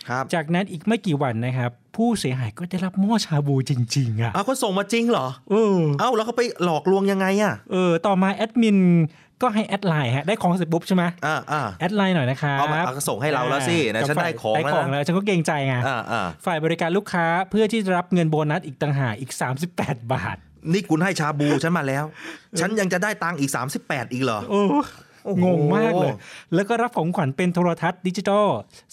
ครับ
จากนั้นอีกไม่กี่วันนะครับ ผู้เสียหายก็ได้รับหม้อชาบูจริง ๆ อ่ะ
อ้าวเขาส่งมาจริงเหรอ
เออ
เอ้า แล้วเขาไปหลอกลวงยังไงอ่ะ
เออต่อมาแอดมินก็ให้แอดไลน์ฮะได้ของเสร็จปุ๊บใช่ไหม
อ่าอ่า
แอดไลน์หน่อยนะครับ
เอามาเอาส่งให้เราแล้วสินะฉันได้ของ
ได้
แล้วนะ
ของแล้วฉันก็เกรงใจไง
อ่าอ่า
ฝ่ายบริการลูกค้าเพื่อที่จะรับเงินโบนัสอีกต่างหากอีก 38 บาท
นี่คุณให้ชาบูฉันมาแล้ว ฉันยังจะได้ตังค์อีก 38 อีกเหรอ
โอ้
โอ้โห
งงมากเลย แล้วก็รับของขวัญเป็นโทรทัศน์ดิจิตอล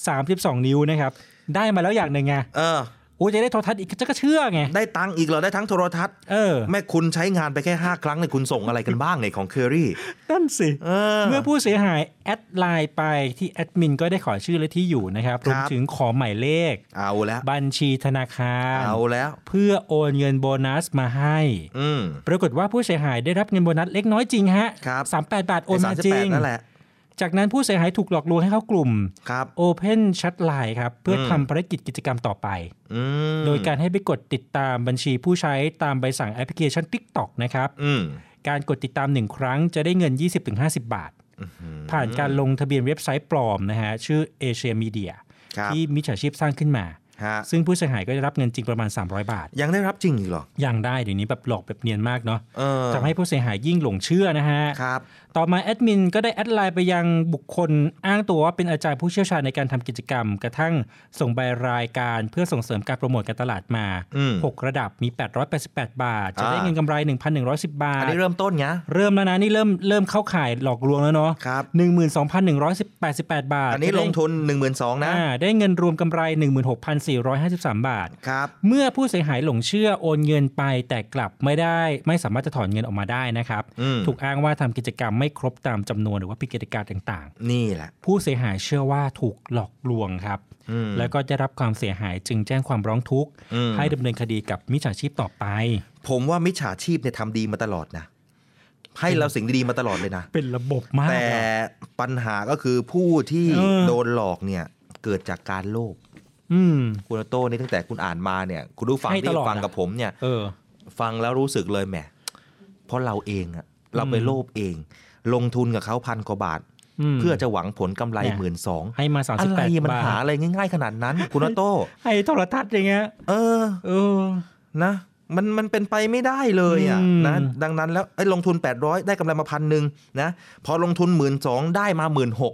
32 นิ้วนะครับ ได้มาแล้วอย่างหนึ่งไง
เออ
โอ้ยจะได้โทรทัศน์อีกจะก็เชื่อไง
ได้ตังค์อีกเหรอ ได้ทั้งโทรทัศน์
เออ
แม่คุณใช้งานไปแค่ 5 ครั้งเนี่ยคุณส่งอะไรกันบ้างในยของเคอรี่
นั่นสิ
เออ
เมื่อผู้เสียหายแอดไลน์ไปที่แอดมินก็ได้ขอชื่อและที่อยู่นะครับรวมถึงขอหมายเลข
เอาแล้ว
บัญชีธนาคาร
เอาแล้ว
เพื่อโอนเงินโบนัสมาให้
อืม
ปรากฏว่าผู้เสียหายได้รับเงินโบนัสเล็กน้อยจริงฮะ
ครับ
สามแปดบาทโอนมาจริง
38นั่นแหละ
จากนั้นผู้เสียหายถูกหลอกลวงให้เข้ากลุ่ม
ครับ
Open Chat Line ครับ เพื่ออ
ม
ทำภารกิจกิจกรรมต่อไป
อืม
โดยการให้ไปกดติดตามบัญชีผู้ใช้ตามใบสั่งแอปพลิเคชัน TikTok นะครับ
อืม
การกดติดตาม 1 ครั้งจะได้เงิน 20-50 บาท ผ่านการลงทะเบียนเว็บไซต์ปลอมนะฮะ ชื่อ Asia Media
ครับ
ที่มิจฉาชีพสร้างขึ้นมา
ฮะ
ซึ่งผู้เสียหายก็จะรับเงินจริงประมาณ 300 บาท
ยังได้รับจริงอีกเหรอ
ยังได้เดี๋ยวนี้แบบหลอกแบบเนียนมากเนาะ
เออ
ทำให้ผู้เสียหายยิ่งหลงเชื่อนะฮะ
ครับ
ต่อมาแอดมินก็ได้แอดไลน์ไปยังบุคคลอ้างตัวว่าเป็นอาจารย์ผู้เชี่ยวชาญในการทำกิจกรรม กระทั่งส่งใบรายการเพื่อส่งเสริมการโปรโมทการตลาดมา
อืม
6 ระดับมี 888 บาท จะได้
อ่า
เงินกำไร 1,110 บา
อั
ท
นนี้เริ่มต้นไง
เริ่มแล้วนะ นี่เริ่มเริ่มเข้าข่ายหลอกลวงแล้วเนาะ
ครับ
12,188 บาท
อันนี้
จะได้
ลงทุน 1 2 0 0 0นะ
อ่าได้เงินรวมกำไร 16,453 บาท
ครับ
เมื่อผู้เสียหายหลงเชื่อโอนเงินไปแต่กลับไม่ได้ ไม่สามารถจะถอนเงินออกมาได้นะครับ
อืม
ถูกอ้างว่าทำกิจกรรมไม่ครบตามจำนวนหรือว่าผิดกติกาต่าง
นี่แหละ
ๆ ผู้เสียหายเชื่อว่าถูกหลอกลวงครับ
อืม
แล้วก็ได้รับความเสียหายจึงแจ้งความร้องทุกข์
อืม
ให้ดำเนินคดีกับมิจฉาชีพต่อไป
ผมว่ามิจฉาชีพเนี่ยทำดีมาตลอดนะ ให้เราสิ่งดีๆมาตลอดเลยนะ
เป็นระบบมาก
แต่
อะ
ปัญหาก็คือผู้ที่
เออ
โดนหลอกเนี่ย เกิดจากการโลภ
อืม
คุณโต้นี่ตั้งแต่คุณอ่านมาเนี่ย คุณผู้ฟัง
ให้ต
ที่
ลอด
ฟัง
อะ
กับผมเนี่ย
เออ
ฟังแล้วรู้สึกเลยแหม ราะเราเองอะเราไปโลภเอง ลงทุนกับเขาพันกว่าบาท
ม
เพื่อจะหวังผลกำไร
เนี่ย
หมื่นสอง
ให้มาสาม
อะ
สิบ
ไร
แปด
มัน
บา
หา
ท
อะไรง่าย ๆ ขนาดนั้น คุณออโต้
ไอ้โทรทัศน์อย่างเงี้ย
เออ
เออ
นะมันมันเป็นไปไม่ได้เลยอ่ะ
อืม
นะดังนั้นแล้วเอ้ยลงทุน 800 ได้กำไรมาพันหนึ่งนะพอลงทุนหมื่นสองได้มาหมื่นหก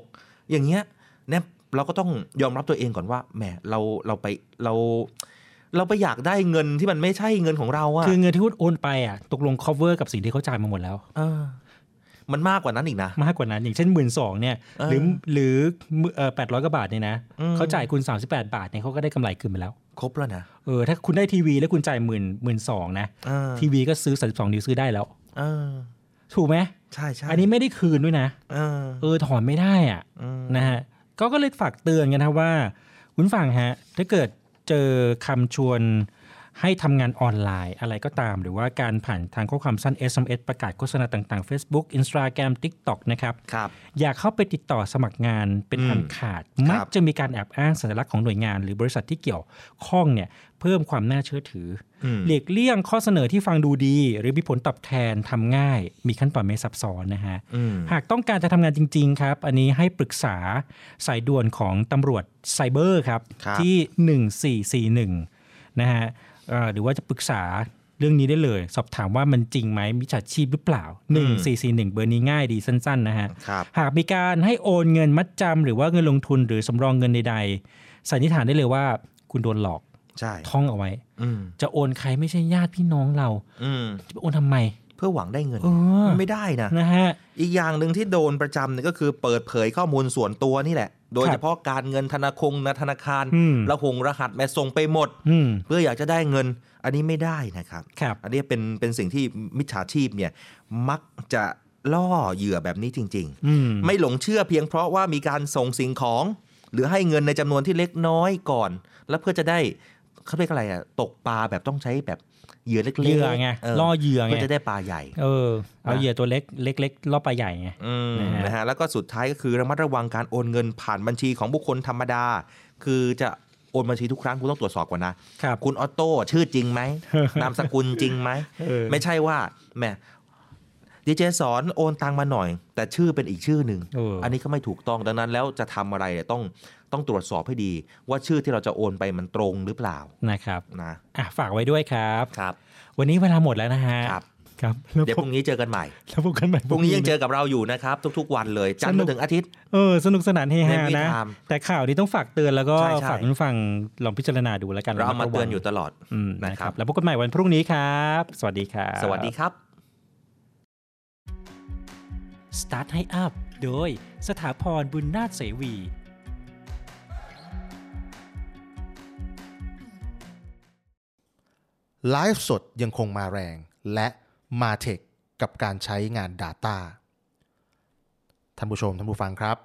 อย่างเงี้ยเนี่ยเราก็ต้องยอมรับตัวเองก่อนว่าแหมเราเราไปเรา เราไปอยากได้เงินที่มันไม่ใช่เงินของเราอ่ะ
คือเงินที่โอนไปอ่ะตกลง cover กับสิ่งที่เขาจ่ายมาหมดแล้ว
เออมันมากกว่านั้นอีกนะ
มากกว่านั้น อย่างเช่นหมื่นสองเนี่ย
เออ
หรือหรือแปดร้อยกว่าบาทเนี่ยนะ
อืม
เขาจ่ายคุณ 38 บาทเนี่ยเขาก็ได้กำไรคืนไปแล้ว
ครบแล้วนะ
เออถ้าคุณได้ทีวีแล้วคุณจ่ายหมื่นหมื่นสองนะ
เออ
ทีวีก็ซื้อ 32 นิ้วซื้อได้แล้ว
เออ
ถูกไหม
ใช่ใช่
อันนี้ไม่ได้คืนด้วยนะ
เออ
เออถอนไม่ได้อ่ะ
เออ
นะฮะก็ก็เลยฝากเตือนกันนะว่า คุณฟังฮะ ถ้าเกิดเจอคำชวนให้ทำงานออนไลน์อะไรก็ตาม หรือว่าการผ่านทางข้อความสั้น SMS ประกาศโฆษณาต่างๆ Facebook Instagram TikTok นะครับ
ครับ
อยากเข้าไปติดต่อสมัครงานเป็น
อืม
อันขาด มักจะมีการแอบอ้างสัญลักษณ์ของหน่วยงาน หรือบริษัทที่เกี่ยวข้องเนี่ยเพิ่มความน่าเชื่อถืออ
ม
หลีกเลี่ยงข้อเสนอที่ฟังดูดี หรือมีผลตอบแทนทำง่าย มีขั้นตอนไม่ซับซ้อนนะฮะ
อืม
หากต้องการจะทำงานจริง ๆ ครับ อันนี้ให้ปรึกษาสายด่วนของตำรวจไซเบอร์ครับ ที่ 1441 นะฮะเอ่อหรือว่าจะปรึกษาเรื่องนี้ได้เลย สอบถามว่ามันจริงไหมมิจฉาชีพหรือเปล่า 1441 เบอร์นี้ง่ายดีสั้น ๆ นะฮะ
ครับ
หากมีการให้โอนเงินมัดจำหรือว่าเงินลงทุนหรือสำรองเงินใดๆสันนิษฐานได้เลยว่าคุณโดนหลอก
ใช่
ท่องเอาไว้
อืม
จะโอนใครไม่ใช่ญาติพี่น้องเรา
อืม
จะไปโอนทำไม
เพื่อหวังได้เงิน
เออ
มันไม่ได้นะ
นะฮะ
อีกอย่างหนึ่งที่โดนประจำเนี่ยก็คือเปิดเผยข้อมูลส่วนตัวนี่แหละ โดยเฉพาะการเงินธนาคงนะธนาคาร
อืม
ระหงรหัสแม่ส่งไปหมด
อืม
เพื่ออยากจะได้เงิน อันนี้ไม่ได้นะครับ
ครับ
อันนี้เป็นเป็นสิ่งที่มิจฉาชีพเนี่ยมักจะล่อเหยื่อแบบนี้จริง
อืม
ๆ ไม่หลงเชื่อเพียงเพราะว่ามีการส่งสิ่งของ หรือให้เงินในจำนวนที่เล็กน้อยก่อน แล้วเพื่อจะได้เขาเรียกอะไรอะตกปลาแบบต้องใช้แบบเหยื่อเล็กๆ
เหยื่อไง
เล
อเหยื่อไง
เพื่อจะได้ปลาใหญ่
เออเอาเหยื่อตัวเล็กเล็กๆล่อปลาใหญ่ไง
อืม
นะฮะ
นะฮะแล้วก็สุดท้ายก็คือระมัดระวังการโอนเงินผ่านบัญชีของบุคคลธรรมดา คือจะโอนบัญชีทุกครั้งคุณต้องตรวจสอบก่อนนะครับ คุณออโต้ชื่อจริงไหม นามสกุลจริงไหม
เออ
ไม่ใช่ว่าแหมดีเจสอนโอนตังมาหน่อย แต่ชื่อเป็นอีกชื่อหนึ่ง
เอออั
นนี้ก็ไม่ถูกต้องดังนั้นแล้วจะทำอะไรเนี่ยต้องต้องตรวจสอบให้ดี ว่าชื่อที่เราจะโอนไปมันตรงหรือเปล่า
นะครับ
นะ
อ่ะฝากไว้ด้วยครับ
ครับ
วันนี้เวลาหมดแล้วนะฮะ
ครับ
ครับแล้ว
เดี๋ยว
พบ
พรุ่งนี้เจอกันใหม่
แล้วพบกันใหม่
พรุ่งนี้ยังเจอกับเราอยู่นะครับ ทุกๆ วันเลยจันทร์จนถึงอาทิตย์
เออสนุกสนานเฮฮา
ในวิถี
นะ
ธรรม
แต่ข่าวนี้ต้องฝากเตือนแล้วก็
ใช่ใช่
ฝากคุณผู้ฟังลองพิจารณาดูแล้วกัน
เราเอามาเตือนอยู่ตลอด
อืมนะ
นะ
ค
ค
รั
รับ บ
แล้วพบกันใหม่วันพรุ่งนี้ครับ สวัสดีครับ
สวัสดีครับ
Start ให้อัพโดยสถาพรบุญนาถเสวี
ไลฟ์สดยังคงมาแรง และมาเทคกับการใช้งาน Data ท่านผู้ชมท่านผู้ฟังครับ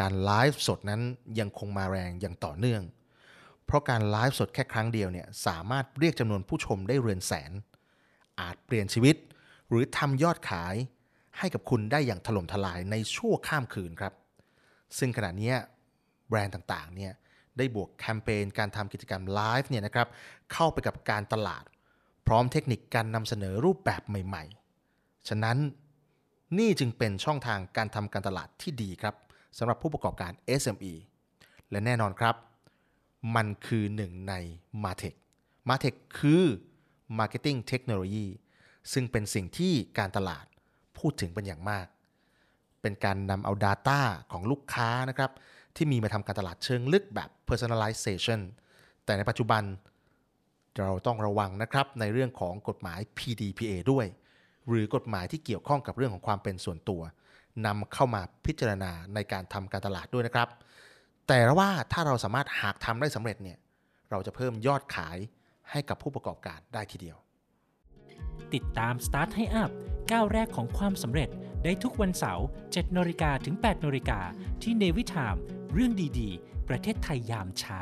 การไลฟ์สดนั้นยังคงมาแรงอย่างต่อเนื่อง เพราะการไลฟ์สดแค่ครั้งเดียวเนี่ยสามารถเรียกจำนวนผู้ชมได้เรือนแสน อาจเปลี่ยนชีวิต หรือทำยอดขายให้กับคุณได้อย่างถล่มทลายในชั่วข้ามคืนครับ ซึ่งขณะเนี้ยแบรนด์ต่างๆเนี่ยได้บวกแคมเปญการทำกิจกรรมไลฟ์เนี่ยนะครับเข้าไปกับการตลาด พร้อมเทคนิคการนำเสนอรูปแบบใหม่ๆ ฉะนั้นนี่จึงเป็นช่องทางการทำการตลาดที่ดีครับสำหรับผู้ประกอบการ SME และแน่นอนครับ มันคือหนึ่งใน m a r t e c h m a r t e c h คือ Marketing Technology ซึ่งเป็นสิ่งที่การตลาดพูดถึงเป็นอย่างมาก เป็นการนำเอา Data ของลูกค้านะครับที่มีมาทำการตลาดเชิงลึกแบบ personalization แต่ในปัจจุบันเราต้องระวังนะครับในเรื่องของกฎหมาย PDPA ด้วย หรือกฎหมายที่เกี่ยวข้องกับเรื่องของความเป็นส่วนตัวนำเข้ามาพิจารณาในการทำการตลาดด้วยนะครับ แต่ว่าถ้าเราสามารถหากทำได้สำเร็จเนี่ยเราจะเพิ่มยอดขายให้กับผู้ประกอบการได้ทีเดียว
ติดตาม Start ให้อัพก้าวแรกของความสำเร็จได้ทุกวันเสาร์7นาฬิกาถึง8นาฬิกาที่เนวิทามเรื่องดีๆ ประเทศไทยยามเช้า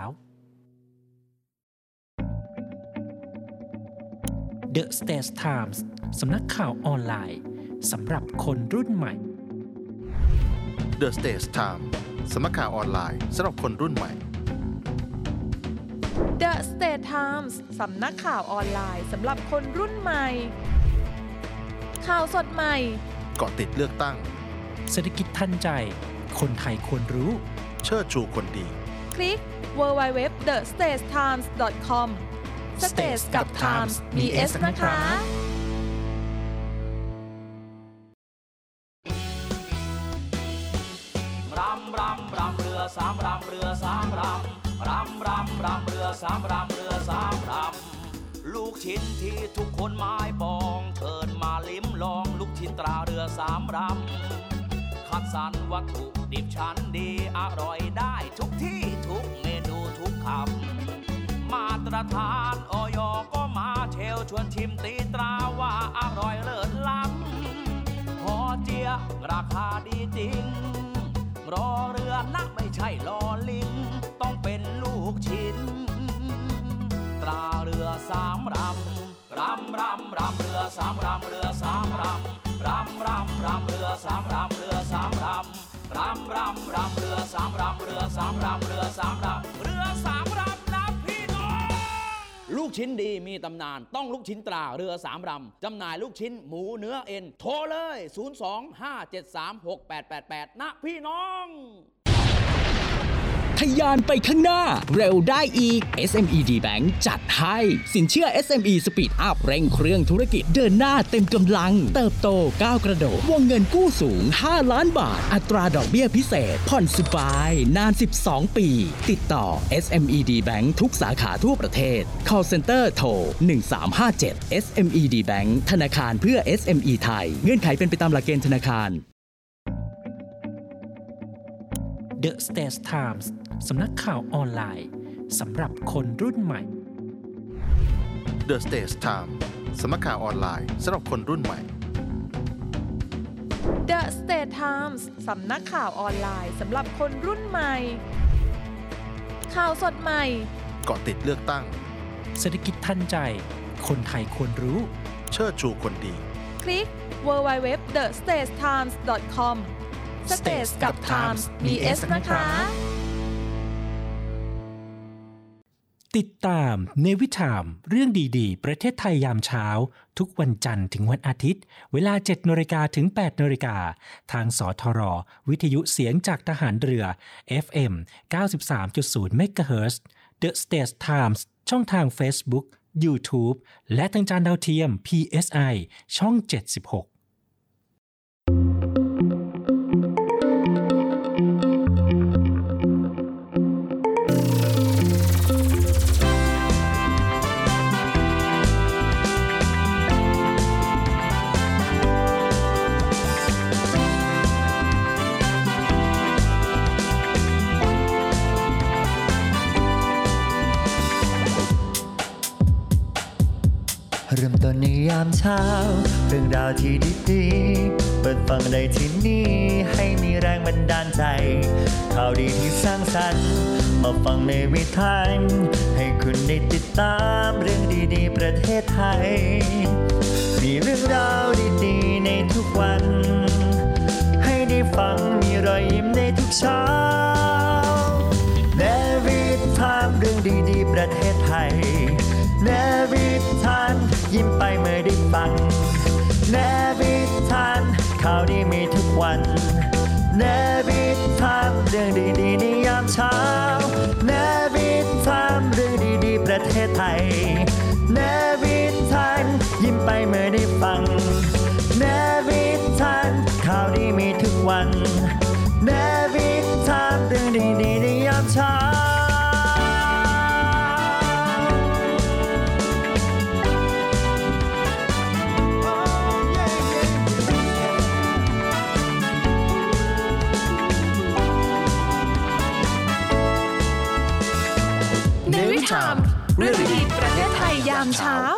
The States Times สำนักข่าวออนไลน์สำหรับคนรุ่นใหม่
The Stage Time สำนักข่าวออนไลน์สำหรับคนรุ่นใหม่
The State Times สำนักข่าวออนไลน์สำหรับคนรุ่นใหม่ ข่าวสดใหม่
เกาะติดเลือกตั้ง
เศรษฐกิจทันใจ คนไทยควรรู้
เชิดชูคนดี
คลิก w w w t h e s t a t e t i m e s c o m States กับ Times มี S นะคะ
รำรำรำเรือสามรำเรือสามรำรำรำรำเรือสามรำเรือสามรำลูกชิ้นที่ทุกคนไม้ปองเชิญมาลิ้มลองลูกชิ้นตราเรือสามรำคัดสรรวัตถุดิบชั้นดีอร่อยได้ทุกที่ทุกเมนูทุกคำมาตรฐานออยก็มาเชลชวนชิมตีตราว่าอร่อยเลิศล้ำพอเจียราคาดีจริง รอเรือนะไม่ใช่รอลิง ต้องเป็นลูกชิ้น ตราเรือสามรำรำรำรำเรือสามรำเรือสามรำรำรำรำเรือสามรำเรือสามรำรำรำรำเรือสามรำเรือสามรำเรือสามรำเรือสามรำนะพี่น้อง ลูกชิ้นดีมีตำนานต้องลูกชิ้นตราเรือสามรำจำหน่ายลูกชิ้นหมูเนื้อเอ็น โทรเลย 025736888 นะพี่น้อง
ทะยานไปข้างหน้า เร็วได้อีก SME D Bank จัดให้ สินเชื่อ SME Speed Up เร่งเครื่องธุรกิจเดินหน้าเต็มกำลัง เติบโตก้าวกระโดดวงเงินกู้สูง 5 ล้านบาท อัตราดอกเบี้ยพิเศษ ผ่อนสบาย นาน 12 ปี ติดต่อ SME D Bank ทุกสาขาทั่วประเทศ call center โทร 1357 SME D Bank ธนาคารเพื่อ SME ไทย เงื่อนไขเป็นไปตามหลักเกณฑ์ธนาคาร
The States Times สำนักข่าวออนไลน์สำหรับคนรุ่นใหม่
The Stage Time สมัครข่าวออนไลน์สำหรับคนรุ่นใหม่
The State Times สำนักข่าวออนไลน์สำหรับคนรุ่นใหม่ ข่าวสดใหม่
เกาะติดเลือกตั้ง
เศรษฐกิจทันใจ คนไทยควรรู้
เชิดชูคนดี
คลิก w w w t h e s t a t e t i m e s c o m States กับ Times มี S นะคะ
ติดตามเนวิชามเรื่องดีๆ ประเทศไทยยามเช้า ทุกวันจันทร์ถึงวันอาทิตย์ เวลา7นาฬิกาถึง8นาฬิกาทางสทร วิทยุเสียงจากทหารเรือ FM 93.0 MHz The States Times ช่องทาง Facebook YouTube และทางจานดาวเทียม PSI ช่อง 76
เริ่มต้นในยามเช้า เรื่องราวที่ดีๆ เปิดฟังได้ที่นี่ ให้มีแรงบันดาลใจ ข่าวดีที่สร้างสรรค์ มาฟังในวิถีให้คุณได้ติดตามเรื่องดีๆ ประเทศไทย มีเรื่องราวดีๆ ในทุกวัน ให้ได้ฟังมีรอยยิ้มในทุกเช้า เนวิทามเรื่องดีๆ ประเทศไทย เนวิทามยิ้มไปเมื่อได้ฟัง เนวิทามข่าวดีมีทุกวัน เนวิทามเรื่องดีๆในยามเช้า เนวิทามเรื่องดีๆ ประเทศไทย เนวิทามยิ้มไปเมื่อได้ฟัง เนวิทามข่าวดีมีทุกวัน เนวิทามเรื่องดีๆในยามเช้า
เนวิชามเรื่องดีๆประเทศไทยยามเช้า